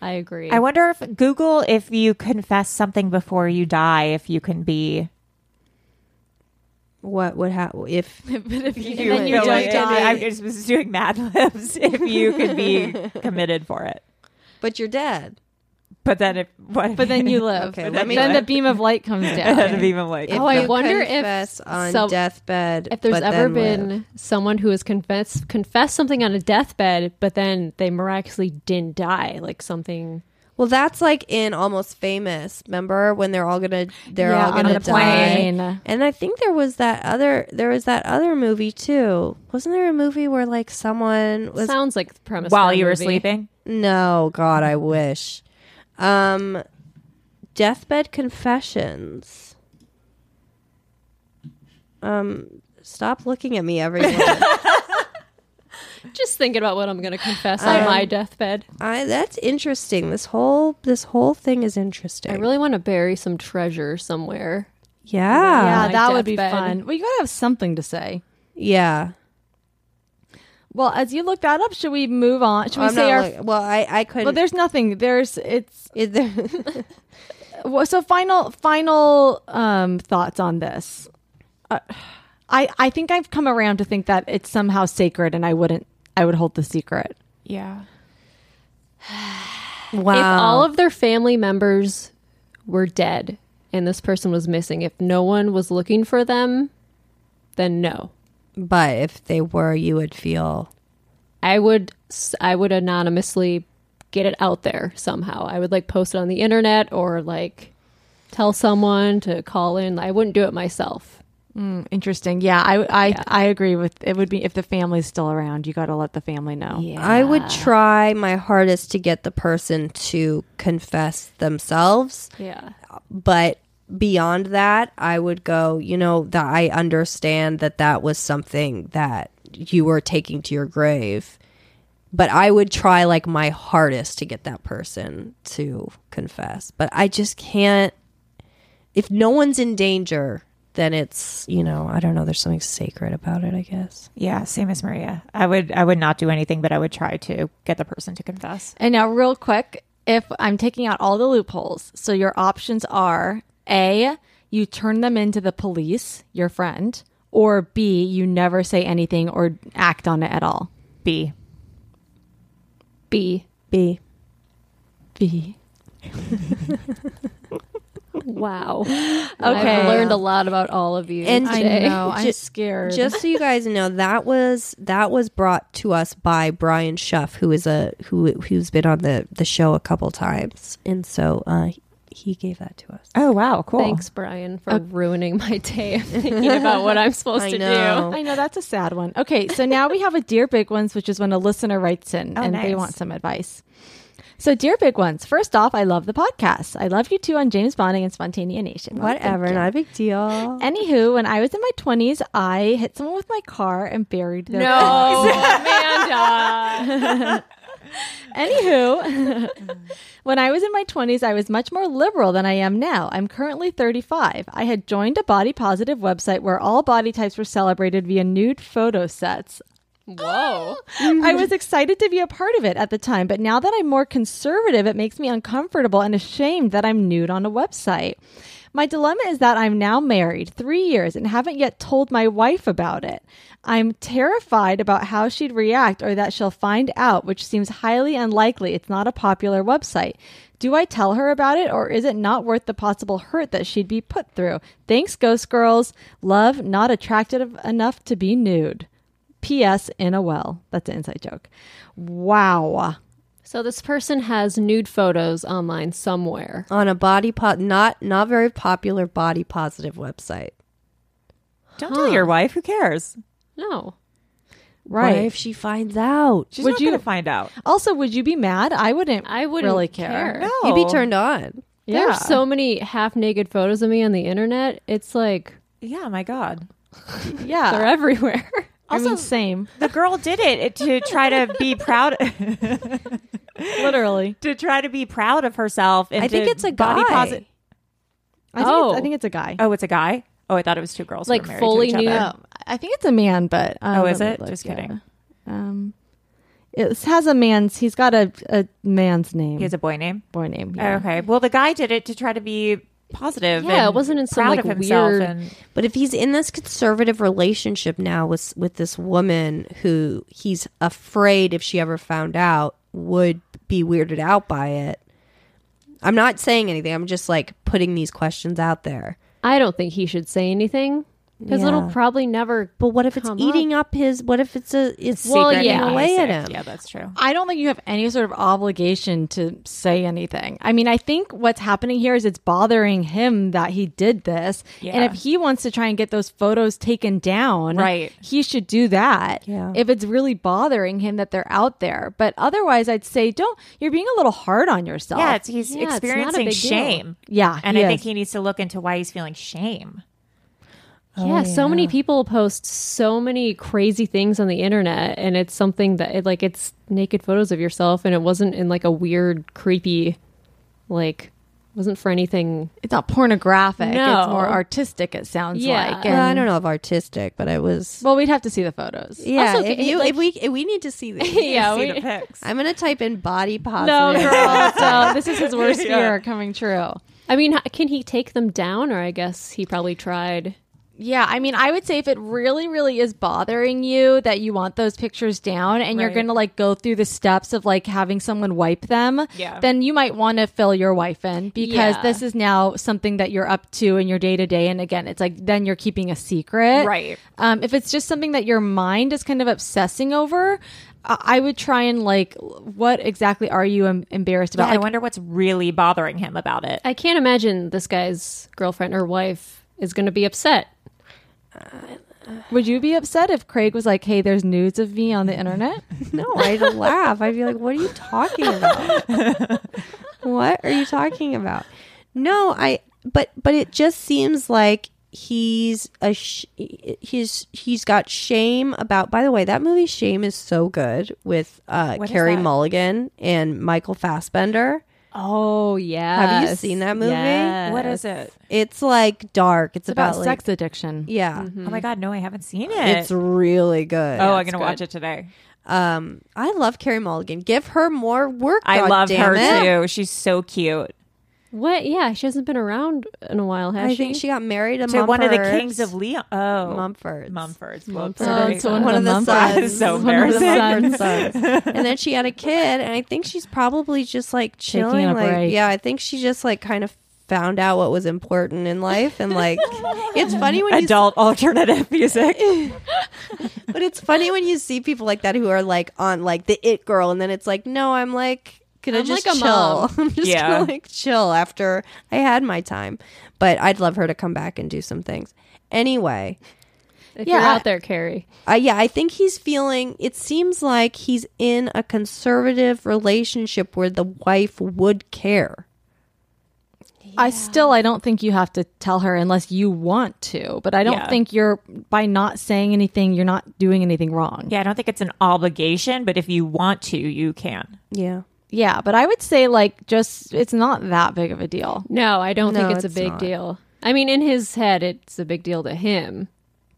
Speaker 6: I agree.
Speaker 5: I wonder if Google if you confess something before you die, if you can be.
Speaker 4: What would happen if?
Speaker 2: if you,
Speaker 5: And then you
Speaker 2: don't
Speaker 5: don't
Speaker 2: die.
Speaker 5: die. I just was doing Mad Libs. If you could be committed for it,
Speaker 4: But you're dead.
Speaker 5: but then if what?
Speaker 2: but then you live.
Speaker 4: Okay,
Speaker 2: But
Speaker 4: let
Speaker 2: then,
Speaker 4: me-
Speaker 2: the beam of light comes
Speaker 5: That'd
Speaker 2: down.
Speaker 5: be even like
Speaker 4: If
Speaker 6: Oh, I
Speaker 4: you
Speaker 6: wonder if
Speaker 4: confess on
Speaker 6: some-
Speaker 4: deathbed
Speaker 6: if there's
Speaker 4: but
Speaker 6: ever
Speaker 4: then
Speaker 6: been
Speaker 4: live.
Speaker 6: someone who has confessed confessed something on a deathbed, but then they miraculously didn't die, like something.
Speaker 4: Well, that's like in Almost Famous. Remember when they're all gonna they're
Speaker 2: Yeah,
Speaker 4: all
Speaker 2: on
Speaker 4: gonna
Speaker 2: the
Speaker 4: die.
Speaker 2: plane.
Speaker 4: And I think there was that other there was that other movie too. Wasn't there a movie where like someone was
Speaker 6: Sounds like the premise.
Speaker 5: while
Speaker 6: of a
Speaker 5: you were
Speaker 6: movie.
Speaker 5: sleeping.
Speaker 4: No, God, I wish. Um Deathbed Confessions. Um stop looking at me everyone.
Speaker 6: Just thinking about what I'm going to confess
Speaker 5: Um,
Speaker 6: on my deathbed.
Speaker 4: I that's interesting. This whole this whole thing is interesting.
Speaker 6: I really want to bury some treasure somewhere.
Speaker 4: yeah.
Speaker 2: yeah,
Speaker 6: my
Speaker 2: that would be
Speaker 6: deathbed.
Speaker 2: fun. Well, you gotta have something to say.
Speaker 4: Yeah.
Speaker 2: Well, as you look that up, should we move on? Should we
Speaker 4: Oh, I'm
Speaker 2: say
Speaker 4: not
Speaker 2: our?
Speaker 4: look- well, I I couldn't
Speaker 2: well, there's nothing. There's it's
Speaker 4: Is there
Speaker 2: Well, so final final um thoughts on this uh, i i think i've come around to think that it's somehow sacred and i wouldn't i would hold the secret
Speaker 5: Yeah.
Speaker 6: If
Speaker 4: wow?
Speaker 6: all of their family members were dead and this person was missing, if no one was looking for them, then no.
Speaker 4: but if they were, you would feel
Speaker 6: I would s- I would anonymously get it out there somehow. I would like post it on the internet or like tell someone to call in. I wouldn't do it myself.
Speaker 2: Hmm, interesting yeah i i i agree with it would be if the family's still around you got to let the family know yeah
Speaker 4: I would try my hardest to get the person to confess themselves,
Speaker 6: Yeah.
Speaker 4: but beyond that, I would go, you know, that I understand that that was something that you were taking to your grave. But I would try like my hardest to get that person to confess. But I just can't if no one's in danger, then it's, you know, I don't know, there's something sacred about it, I guess.
Speaker 5: Yeah, same as Maria. I would I would not do anything, but I would try to get the person to confess.
Speaker 2: and now real quick if i'm taking out all the loopholes so your options are a you turn them into the police your friend or b you never say anything or act on it at all
Speaker 5: B.
Speaker 6: B.
Speaker 4: B.
Speaker 2: b
Speaker 6: Wow.
Speaker 2: Okay.
Speaker 6: I've learned a lot about all of you
Speaker 4: And- I
Speaker 6: today.
Speaker 2: know. I'm
Speaker 4: Ju-
Speaker 2: scared.
Speaker 4: Just so you guys know, that was that was brought to us by Brian Schuff, who is a who who's been on the the show a couple times, and so uh, he gave that to us.
Speaker 5: Oh wow, cool.
Speaker 6: Thanks, Brian, for ruining my day of thinking about what I'm supposed
Speaker 4: I
Speaker 6: to
Speaker 4: know.
Speaker 6: do.
Speaker 2: I know that's a sad one. Okay, so now we have a Dear Big Ones, which is when a listener writes in and they
Speaker 5: nice.
Speaker 2: want some advice. So, Dear Big Ones, first off, I love the podcast. I love you too on James Bonding and Spontanea Nation. Well, thank
Speaker 4: Whatever,
Speaker 2: you.
Speaker 4: not a big deal.
Speaker 2: Anywho, when I was in my 20s, I hit someone with my car and buried their
Speaker 6: No, Amanda.
Speaker 2: Anywho, when I was in my 20s, I was much more liberal than I am now. I'm currently 35. I had joined a body positive website where all body types were celebrated via nude photo sets.
Speaker 6: Whoa.
Speaker 2: I was excited to be a part of it at the time, but now that I'm more conservative, it makes me uncomfortable and ashamed that I'm nude on a website. My dilemma is that I'm now married three years and haven't yet told my wife about it. I'm terrified about how she'd react or that she'll find out, which seems highly unlikely. It's not a popular website. Do I tell her about it or is it not worth the possible hurt that she'd be put through? Thanks, Ghost Girls. Love, not attractive enough to be nude. P.S. in a well. That's an inside joke. Wow.
Speaker 6: So this person has nude photos online somewhere.
Speaker 4: On a body po- not not very popular body positive website.
Speaker 5: Don't tell your wife. Who cares?
Speaker 6: No.
Speaker 2: Right.
Speaker 4: What if she finds out?
Speaker 5: She's
Speaker 2: Would
Speaker 5: not
Speaker 2: you-
Speaker 5: gonna find out.
Speaker 2: Also, would you be mad? I wouldn't.
Speaker 6: I wouldn't
Speaker 2: really care.
Speaker 6: care.
Speaker 4: You'd be turned on.
Speaker 2: Yeah.
Speaker 6: There's so many half naked photos of me on the internet. It's like
Speaker 5: Yeah, my God.
Speaker 2: yeah.
Speaker 6: they're everywhere.
Speaker 2: I mean, same.
Speaker 5: The girl did it to try to be proud.
Speaker 2: Literally.
Speaker 5: to try to be proud of herself. And
Speaker 4: I think
Speaker 5: to
Speaker 4: it's a
Speaker 5: body
Speaker 4: guy.
Speaker 5: posi-
Speaker 2: I think,
Speaker 5: Oh.
Speaker 2: it's, I think it's a guy.
Speaker 5: oh, it's a guy. Oh, I thought it was two girls. who
Speaker 6: Like
Speaker 5: were married
Speaker 6: fully
Speaker 5: to each
Speaker 6: nude.
Speaker 5: other.
Speaker 2: Um, I think it's a man, but um,
Speaker 5: Oh, is
Speaker 2: let me
Speaker 5: it? Just
Speaker 2: yeah.
Speaker 5: kidding.
Speaker 2: Um, it has a man's. He's got a, a man's name.
Speaker 5: He has a boy name.
Speaker 2: boy name.
Speaker 5: Oh, Okay. Well, the guy did it to try to be positive.
Speaker 6: Yeah,
Speaker 5: and
Speaker 6: it wasn't in some,
Speaker 5: proud
Speaker 6: like,
Speaker 5: of himself
Speaker 6: weird-
Speaker 5: And
Speaker 4: But if he's in this conservative relationship now with with this woman who he's afraid if she ever found out would be weirded out by it. I'm not saying anything. I'm just like putting these questions out there.
Speaker 6: I don't think he should say anything because it'll
Speaker 4: Yeah.
Speaker 6: probably never.
Speaker 4: But what if it's
Speaker 6: Come
Speaker 4: eating up. his? What if it's a it's
Speaker 6: Well,
Speaker 4: secret
Speaker 6: yeah.
Speaker 4: away at him?
Speaker 5: Yeah, that's true.
Speaker 2: I don't think you have any sort of obligation to say anything. I mean, I think what's happening here is it's bothering him that he did this. And
Speaker 5: Yeah.
Speaker 2: if he wants to try and get those photos taken down,
Speaker 5: Right.
Speaker 2: he should do that.
Speaker 4: Yeah.
Speaker 2: If it's really bothering him that they're out there. But otherwise, I'd say don't, you're being a little hard on yourself.
Speaker 5: Yeah, it's, he's
Speaker 6: Yeah, it's not a
Speaker 5: experiencing
Speaker 6: big deal.
Speaker 5: shame.
Speaker 2: Yeah,
Speaker 5: and
Speaker 2: he
Speaker 5: I think
Speaker 2: is.
Speaker 5: he needs to look into why he's feeling shame.
Speaker 4: Oh,
Speaker 6: yeah, so many people post so many crazy things on the internet, and it's something that it, like it's naked photos of yourself, and it wasn't in like a weird, creepy, like wasn't for anything.
Speaker 2: it's not pornographic.
Speaker 6: No.
Speaker 2: It's more artistic, it sounds
Speaker 6: Yeah.
Speaker 2: like.
Speaker 4: Well, I
Speaker 2: And-
Speaker 4: don't know if artistic, but I was.
Speaker 2: well, we'd have to see the photos.
Speaker 4: yeah,
Speaker 6: also,
Speaker 4: if
Speaker 6: it-
Speaker 4: you
Speaker 6: like-
Speaker 4: if we if we need to see this.
Speaker 6: Yeah, we-
Speaker 4: I'm gonna type in body
Speaker 6: no,
Speaker 4: positive.
Speaker 6: girl.
Speaker 2: so this is his worst fear coming true.
Speaker 6: I mean, h- can he take them down? Or I guess he probably tried.
Speaker 2: Yeah, I mean, I would say if it really, really is bothering you that you want those pictures down and you're
Speaker 5: Right.
Speaker 2: going to like go through the steps of like having someone wipe them,
Speaker 5: Yeah.
Speaker 2: then you might want to fill your wife in because
Speaker 6: Yeah.
Speaker 2: this is now something that you're up to in your day to day. And again, it's like then you're keeping a secret.
Speaker 5: Right.
Speaker 2: Um, if it's just something that your mind is kind of obsessing over, I, I would try and like, what exactly are you em- embarrassed
Speaker 5: But
Speaker 2: about?
Speaker 5: I
Speaker 2: Like,
Speaker 5: wonder what's really bothering him about it.
Speaker 6: I can't imagine this guy's girlfriend or wife is going to be upset.
Speaker 2: would you be upset if Craig was like, hey, there's nudes of me on the internet?
Speaker 4: No, I'd laugh. I'd be like, "What are you talking about? what are you talking about?" No, I. But but it just seems like he's a sh- he's he's got shame about. By the way, that movie Shame is so good with uh,
Speaker 5: What is
Speaker 4: Carrie
Speaker 5: that?
Speaker 4: Mulligan and Michael Fassbender.
Speaker 6: Oh yeah.
Speaker 4: Have you seen that movie?
Speaker 5: what is it?
Speaker 4: It's like dark. It's,
Speaker 2: It's about,
Speaker 4: like,
Speaker 2: sex addiction.
Speaker 4: Yeah,
Speaker 5: Oh my god, no, I haven't seen it.
Speaker 4: it's really good.
Speaker 5: oh, I'm gonna watch it today.
Speaker 4: Um, I love Carrie Mulligan. Give her more work.
Speaker 5: I
Speaker 4: God
Speaker 5: love
Speaker 4: damn
Speaker 5: her
Speaker 4: it.
Speaker 5: too. She's so cute.
Speaker 6: What? Yeah, she hasn't been around in a while, has
Speaker 4: I
Speaker 6: she?
Speaker 4: think she got married to,
Speaker 5: To one of the
Speaker 4: Mumfords.
Speaker 5: kings of Leon. Oh,
Speaker 4: Mumfords.
Speaker 5: Mumfords.
Speaker 2: Oh,
Speaker 5: Mumfords.
Speaker 2: it's one,
Speaker 4: One
Speaker 2: of the,
Speaker 4: of the
Speaker 2: Mumfords.
Speaker 4: sons.
Speaker 5: So
Speaker 2: One of the
Speaker 5: embarrassing.
Speaker 2: sons.
Speaker 4: and then she had a kid, and I think she's probably just like
Speaker 2: Taking
Speaker 4: chilling.
Speaker 2: a
Speaker 4: like,
Speaker 2: break.
Speaker 4: yeah, I think she just like kind of found out what was important in life, and like, it's funny when you,
Speaker 5: Adult alternative music.
Speaker 4: but it's funny when you see people like that who are like on like the it girl, and then it's like, no, I'm like. Gonna
Speaker 6: I'm
Speaker 4: just
Speaker 6: like a
Speaker 4: chill.
Speaker 6: mom.
Speaker 4: I'm just
Speaker 5: Yeah.
Speaker 4: gonna like chill after I had my time. But I'd love her to come back and do some things. Anyway,
Speaker 6: If
Speaker 2: Yeah.
Speaker 6: you're out there, Carrie.
Speaker 4: uh, yeah, I think he's feeling. It seems like he's in a conservative relationship where the wife would care.
Speaker 2: I still, I don't think you have to tell her unless you want to. But I don't
Speaker 5: Yeah.
Speaker 2: think you're by not saying anything, you're not doing anything wrong.
Speaker 5: Yeah, I don't think it's an obligation, but if you want to, you can.
Speaker 4: Yeah,
Speaker 2: Yeah, but I would say like just it's not that big of a deal.
Speaker 6: No, I don't
Speaker 4: No,
Speaker 6: think it's,
Speaker 4: it's
Speaker 6: a big
Speaker 4: not.
Speaker 6: deal. I mean, in his head, it's a big deal to him.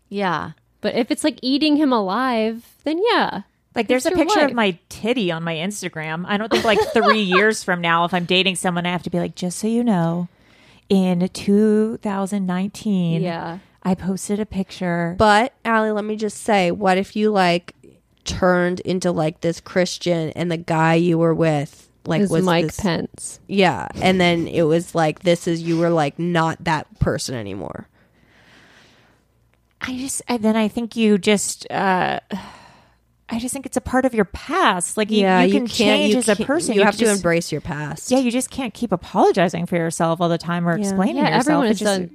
Speaker 2: Yeah.
Speaker 6: But if it's like eating him alive, then yeah.
Speaker 5: Like, there's a
Speaker 6: your
Speaker 5: picture
Speaker 6: wife.
Speaker 5: of my titty on my Instagram. I don't think, like, three years from now, if I'm dating someone, I have to be like, just so you know, in 2019,
Speaker 6: Yeah.
Speaker 5: I posted a picture.
Speaker 4: but Allie, let me just say, what if you like turned into like this Christian and the guy you were with like
Speaker 6: Is
Speaker 4: was
Speaker 6: Mike
Speaker 4: this-
Speaker 6: Pence.
Speaker 4: Yeah, and then it was like this is you were like not that person anymore.
Speaker 5: I just, and then I think you just, uh, I just think it's a part of your past. Like, you, you can change as a
Speaker 4: can't-
Speaker 5: person.
Speaker 4: You, have to
Speaker 5: just-
Speaker 4: embrace your past.
Speaker 5: Yeah, you just can't keep apologizing for yourself all the time or explaining
Speaker 6: Yeah,
Speaker 5: yourself.
Speaker 6: everyone
Speaker 5: It
Speaker 6: has
Speaker 5: just-
Speaker 6: done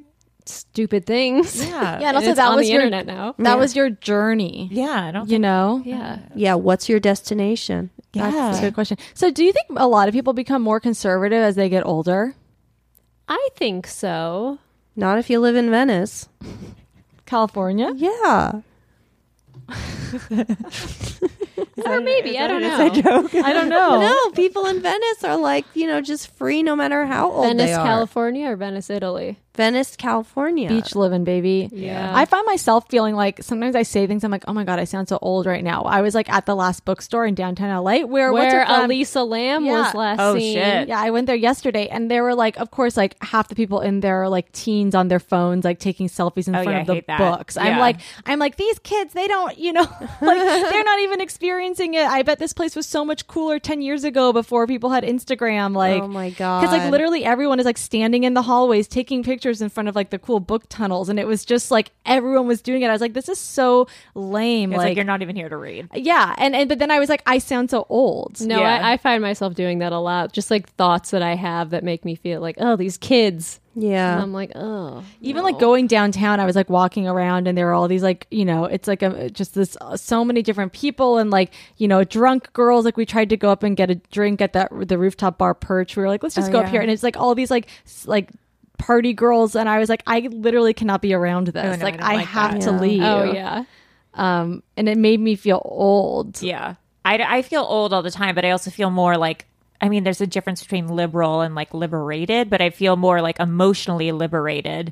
Speaker 6: stupid things.
Speaker 5: Yeah.
Speaker 2: Yeah, and also
Speaker 6: it's
Speaker 2: that
Speaker 6: on
Speaker 2: was
Speaker 6: the
Speaker 2: your
Speaker 6: internet now.
Speaker 2: That was your journey.
Speaker 5: Yeah, I don't
Speaker 2: You know?
Speaker 6: Yeah.
Speaker 4: yeah. What's your destination?
Speaker 5: yeah.
Speaker 2: That's a good question. So do you think a lot of people become more conservative as they get older?
Speaker 6: I think so.
Speaker 4: Not if you live in Venice.
Speaker 2: California?
Speaker 4: Yeah.
Speaker 6: or maybe I don't know. I don't know.
Speaker 4: No, people in Venice are like you know just free no matter how old
Speaker 6: Venice,
Speaker 4: they are.
Speaker 6: California, or Venice, Italy.
Speaker 4: Venice, California.
Speaker 2: Beach living, baby.
Speaker 6: Yeah.
Speaker 2: I find myself feeling like sometimes I say things. I'm like, oh my god, I sound so old right now. I was like at the last bookstore in downtown LA where what's her
Speaker 6: Where
Speaker 2: from-
Speaker 6: Elisa Lamb
Speaker 2: Yeah.
Speaker 6: was last
Speaker 5: Oh,
Speaker 6: seen.
Speaker 5: shit.
Speaker 2: Yeah, I went there yesterday, and there were like, of course, like half the people in there are like teens on their phones, like taking selfies in
Speaker 5: Oh,
Speaker 2: front
Speaker 5: yeah,
Speaker 2: of
Speaker 5: I
Speaker 2: the
Speaker 5: hate that.
Speaker 2: books. I'm
Speaker 5: Yeah.
Speaker 2: like, I'm like, these kids, they don't, you know, like they're not even experiencing it. I bet this place was so much cooler ten years ago before people had Instagram. Like,
Speaker 4: Oh my
Speaker 2: because like
Speaker 4: God.
Speaker 2: literally everyone is like standing in the hallways taking pictures in front of like the cool book tunnels, and it was just like everyone was doing it. I was like, this is so lame.
Speaker 5: It's like, you're not even here to read.
Speaker 2: yeah, and and but then I was like, I sound so old.
Speaker 6: No,
Speaker 5: Yeah.
Speaker 6: I, I find myself doing that a lot. Just like thoughts that I have that make me feel like, oh, these kids. And
Speaker 4: Yeah.
Speaker 6: I'm like, oh,
Speaker 2: even like going downtown i was like walking around and there were all these like you know it's like a, just this uh, so many different people and like you know drunk girls like we tried to go up and get a drink at that the rooftop bar perch we were like let's
Speaker 5: Oh,
Speaker 2: just go up here and it's like all these like s- like party girls and i was like i literally cannot be around this
Speaker 5: Oh, no, I
Speaker 2: like
Speaker 5: don't
Speaker 2: i,
Speaker 5: like
Speaker 2: have
Speaker 5: that.
Speaker 2: to
Speaker 4: Yeah.
Speaker 2: leave
Speaker 6: oh yeah.
Speaker 2: um and it made me feel old
Speaker 5: Yeah. I, I feel old all the time, but I also feel more like, I mean, there's a difference between liberal and like liberated, but I feel more like emotionally liberated,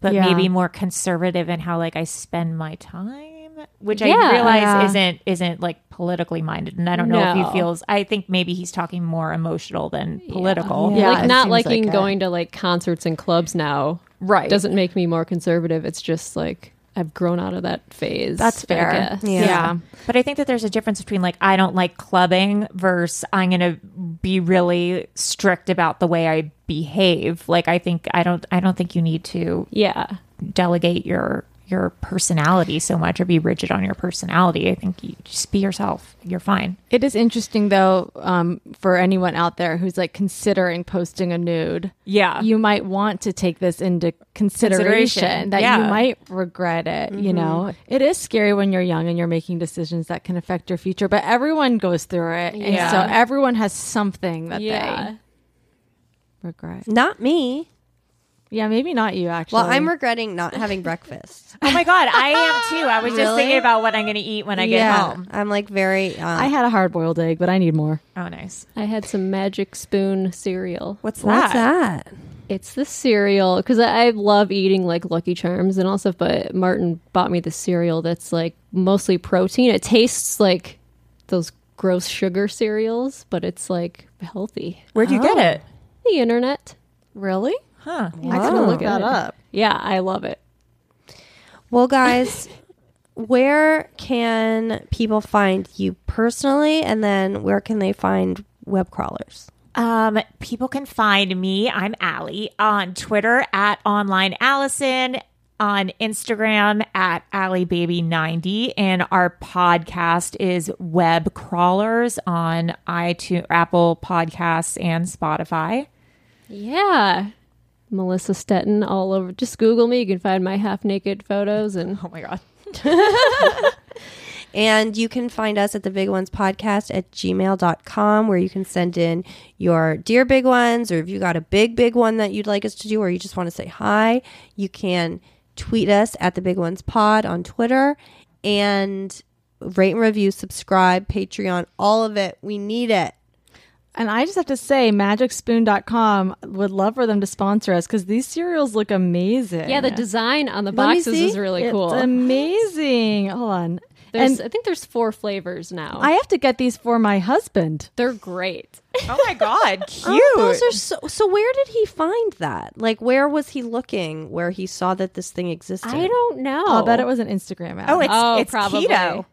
Speaker 5: but
Speaker 2: Yeah.
Speaker 5: maybe more conservative in how like I spend my time, which
Speaker 6: Yeah.
Speaker 5: I realize
Speaker 2: Yeah.
Speaker 5: isn't, isn't like politically minded. And I don't know if
Speaker 6: No.
Speaker 5: he feels, I think maybe he's talking more emotional than political.
Speaker 2: Yeah,
Speaker 6: like
Speaker 2: it
Speaker 6: not
Speaker 2: seems
Speaker 6: liking
Speaker 2: like a-
Speaker 6: going to like concerts and clubs now.
Speaker 2: Right.
Speaker 6: Doesn't make me more conservative. It's just like I've grown out of that phase.
Speaker 2: that's
Speaker 6: I
Speaker 2: fair
Speaker 6: guess.
Speaker 2: yeah.
Speaker 5: But I think that there's a difference between like I don't like clubbing versus I'm going to be really strict about the way I behave. Like I think I don't I don't think you need to
Speaker 6: Yeah.
Speaker 5: delegate your your personality so much or be rigid on your personality. I think you just be yourself. You're fine.
Speaker 2: It is interesting though, um, for anyone out there who's like considering posting a nude.
Speaker 5: Yeah.
Speaker 2: You might want to take this into consideration,
Speaker 5: Consideration,
Speaker 2: that you
Speaker 5: yeah. Mm-hmm.
Speaker 2: might regret it, you know. It is scary when you're young and you're making decisions that can affect your future, but everyone goes through it. And
Speaker 6: Yeah.
Speaker 2: so everyone has something that
Speaker 6: Yeah.
Speaker 2: they regret.
Speaker 4: Not me.
Speaker 2: Yeah, maybe not you actually.
Speaker 4: Well, I'm regretting not having breakfast.
Speaker 5: Oh my god, I am too. I was just
Speaker 4: Really?
Speaker 5: thinking about what I'm going to eat when I get
Speaker 4: yeah,
Speaker 5: home.
Speaker 4: I'm like very. Uh,
Speaker 2: I had a hard boiled egg, but I need more.
Speaker 5: Oh nice.
Speaker 6: I had some magic spoon cereal.
Speaker 4: what's that? that?
Speaker 6: It's the cereal because I, I love eating like Lucky Charms and all stuff. But Martin bought me the cereal that's like mostly protein. It tastes like those gross sugar cereals, but it's like healthy.
Speaker 5: Where'd you get it?
Speaker 6: The internet.
Speaker 2: Really?
Speaker 5: Oh. Huh.
Speaker 2: I gotta look that up.
Speaker 6: Yeah, I love it.
Speaker 4: Well, guys, where can people find you personally, and then where can they find web crawlers?
Speaker 5: Um, people can find me. I'm Allie on Twitter at online Allison, on Instagram at AllieBaby90, and our podcast is Web Crawlers on iTunes, Apple Podcasts, and Spotify.
Speaker 6: Yeah. Melissa Stetton all over. Just Google me. You can find my half naked photos and
Speaker 5: Oh my god.
Speaker 4: And you can find us at the Big Ones Podcast at gmail.com, where you can send in your dear big ones, or if you got a big, big one that you'd like us to do, or you just want to say hi, you can tweet us at the Big Ones Pod on Twitter and rate and review, subscribe, Patreon, all of it. We need it.
Speaker 2: And I just have to say, magicspoon.com would love for them to sponsor us because these cereals look amazing.
Speaker 6: yeah, the design on the
Speaker 4: Let me
Speaker 6: boxes
Speaker 4: see.
Speaker 6: is really
Speaker 2: It's
Speaker 6: cool.
Speaker 2: amazing. Hold on.
Speaker 6: there's,
Speaker 2: and
Speaker 6: I think there's four flavors now.
Speaker 2: I have to get these for my husband.
Speaker 6: They're great.
Speaker 5: Oh my god. Cute.
Speaker 4: Oh, those are so. So where did he find that? Like, where was he looking? Where he saw that this thing existed?
Speaker 6: I don't know.
Speaker 2: I'll bet it was an Instagram ad.
Speaker 5: Oh, it's
Speaker 6: Oh,
Speaker 5: it's
Speaker 6: probably.
Speaker 5: keto.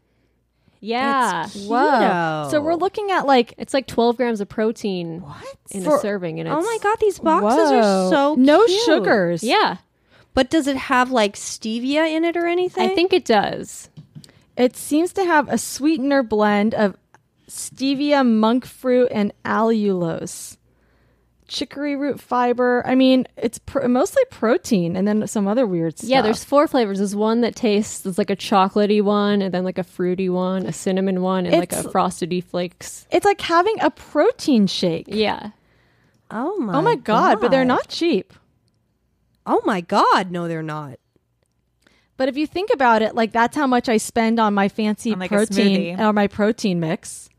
Speaker 6: Yeah. It's,
Speaker 4: Whoa.
Speaker 2: So we're looking at like
Speaker 6: like 12 grams of protein in
Speaker 4: For-
Speaker 6: a serving. And it's,
Speaker 4: Oh my god, these boxes
Speaker 2: whoa.
Speaker 4: are so
Speaker 2: no
Speaker 4: cute.
Speaker 2: sugars.
Speaker 6: Yeah.
Speaker 4: But does it have like stevia in it or anything?
Speaker 6: I think it does.
Speaker 2: It seems to have a sweetener blend of stevia, monk fruit, and allulose. Chicory root fiber. I mean, it's pr- mostly protein and then some other weird stuff.
Speaker 6: Yeah, there's four flavors. There's one that tastes there's like a chocolatey one, and then like a fruity one, a cinnamon one, and like
Speaker 2: It's-
Speaker 6: a frosty flakes.
Speaker 2: It's like having a protein shake.
Speaker 6: Yeah.
Speaker 4: Oh my.
Speaker 2: Oh my god, but they're not cheap.
Speaker 4: Oh my god, no, they're not.
Speaker 2: But if you think about it, like that's how much I spend on my fancy
Speaker 5: On, like, a
Speaker 2: protein
Speaker 5: smoothie.
Speaker 2: or my protein mix.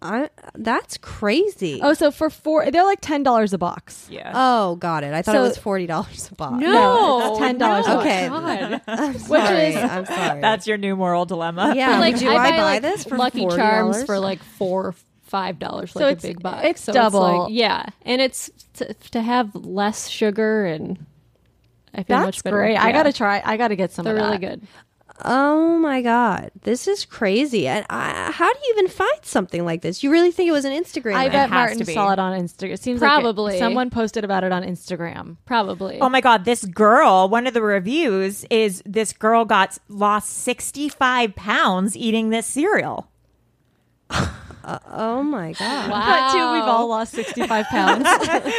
Speaker 4: I, that's crazy.
Speaker 2: Oh, so for four, they're like ten dollars a box.
Speaker 5: Yeah.
Speaker 4: Oh, got it. I thought
Speaker 2: So-
Speaker 4: it was forty dollars a box.
Speaker 2: No, Oh it's ten dollars.
Speaker 4: no. Okay.
Speaker 6: God.
Speaker 4: I'm sorry.
Speaker 2: is-
Speaker 4: I'm sorry.
Speaker 5: That's your new moral dilemma.
Speaker 4: yeah.
Speaker 6: But,
Speaker 4: Like, do I, buy,
Speaker 6: like,
Speaker 4: this for
Speaker 6: Lucky
Speaker 4: $40?
Speaker 6: Charms for like four, five dollars,
Speaker 2: So
Speaker 6: like
Speaker 2: it's-
Speaker 6: a big box.
Speaker 2: it's
Speaker 6: So
Speaker 2: double.
Speaker 6: like, yeah, and it's to, to have less sugar and I feel
Speaker 2: That's
Speaker 6: much better.
Speaker 2: great. I
Speaker 6: Yeah.
Speaker 2: gotta try. I gotta get some.
Speaker 6: They're
Speaker 2: of
Speaker 6: really
Speaker 2: that.
Speaker 6: good.
Speaker 4: Oh my god, this is crazy. And I, how do you even find something like this? You really think it was an Instagram?
Speaker 2: I
Speaker 4: ad?
Speaker 2: bet
Speaker 5: has
Speaker 2: Martin
Speaker 5: to be.
Speaker 2: saw it on Instagram. It seems like
Speaker 6: Probably.
Speaker 2: it- someone posted about it on Instagram.
Speaker 6: Probably.
Speaker 5: Oh my God, this girl, one of the reviews is this girl got lost 65 pounds eating this cereal.
Speaker 4: Oh my god.
Speaker 6: wow.
Speaker 2: But too, we've all lost sixty five pounds.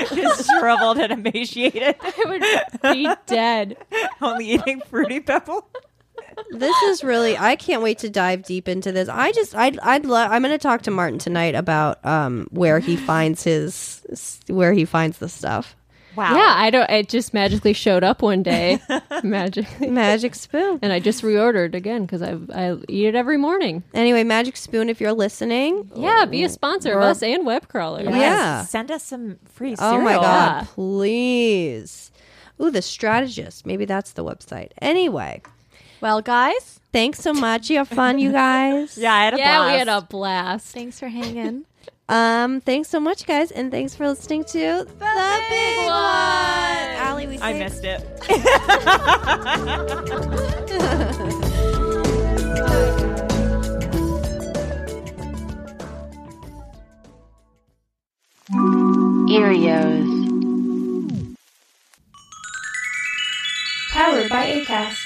Speaker 5: Just shriveled and emaciated,
Speaker 6: I would be dead.
Speaker 5: only eating Fruity Pebble.
Speaker 4: this is really i can't wait to dive deep into this i just i'd, I'd love i'm going to talk to martin tonight about um where he finds his s- where he finds the stuff
Speaker 5: Wow.
Speaker 6: Yeah, I don't. It just magically showed up one day, magically,
Speaker 4: magic spoon
Speaker 6: and I just reordered again because I I eat it every morning.
Speaker 4: anyway magic spoon if you're listening
Speaker 6: Yeah, be a sponsor of
Speaker 4: Or-
Speaker 6: us and web crawler.
Speaker 4: Yeah.
Speaker 5: Send us some free cereal.
Speaker 4: oh my god
Speaker 6: Yeah.
Speaker 4: please ooh the strategist maybe that's the website anyway
Speaker 2: well, guys,
Speaker 4: thanks so much you have fun you guys
Speaker 5: Yeah, I had a
Speaker 6: Yeah,
Speaker 5: blast.
Speaker 6: we had a blast.
Speaker 2: thanks for hanging.
Speaker 4: um thanks so much guys and thanks for listening to the, big one, Allie, we
Speaker 5: I
Speaker 4: say-
Speaker 5: missed it.
Speaker 1: Erios.
Speaker 3: Powered by ACAST.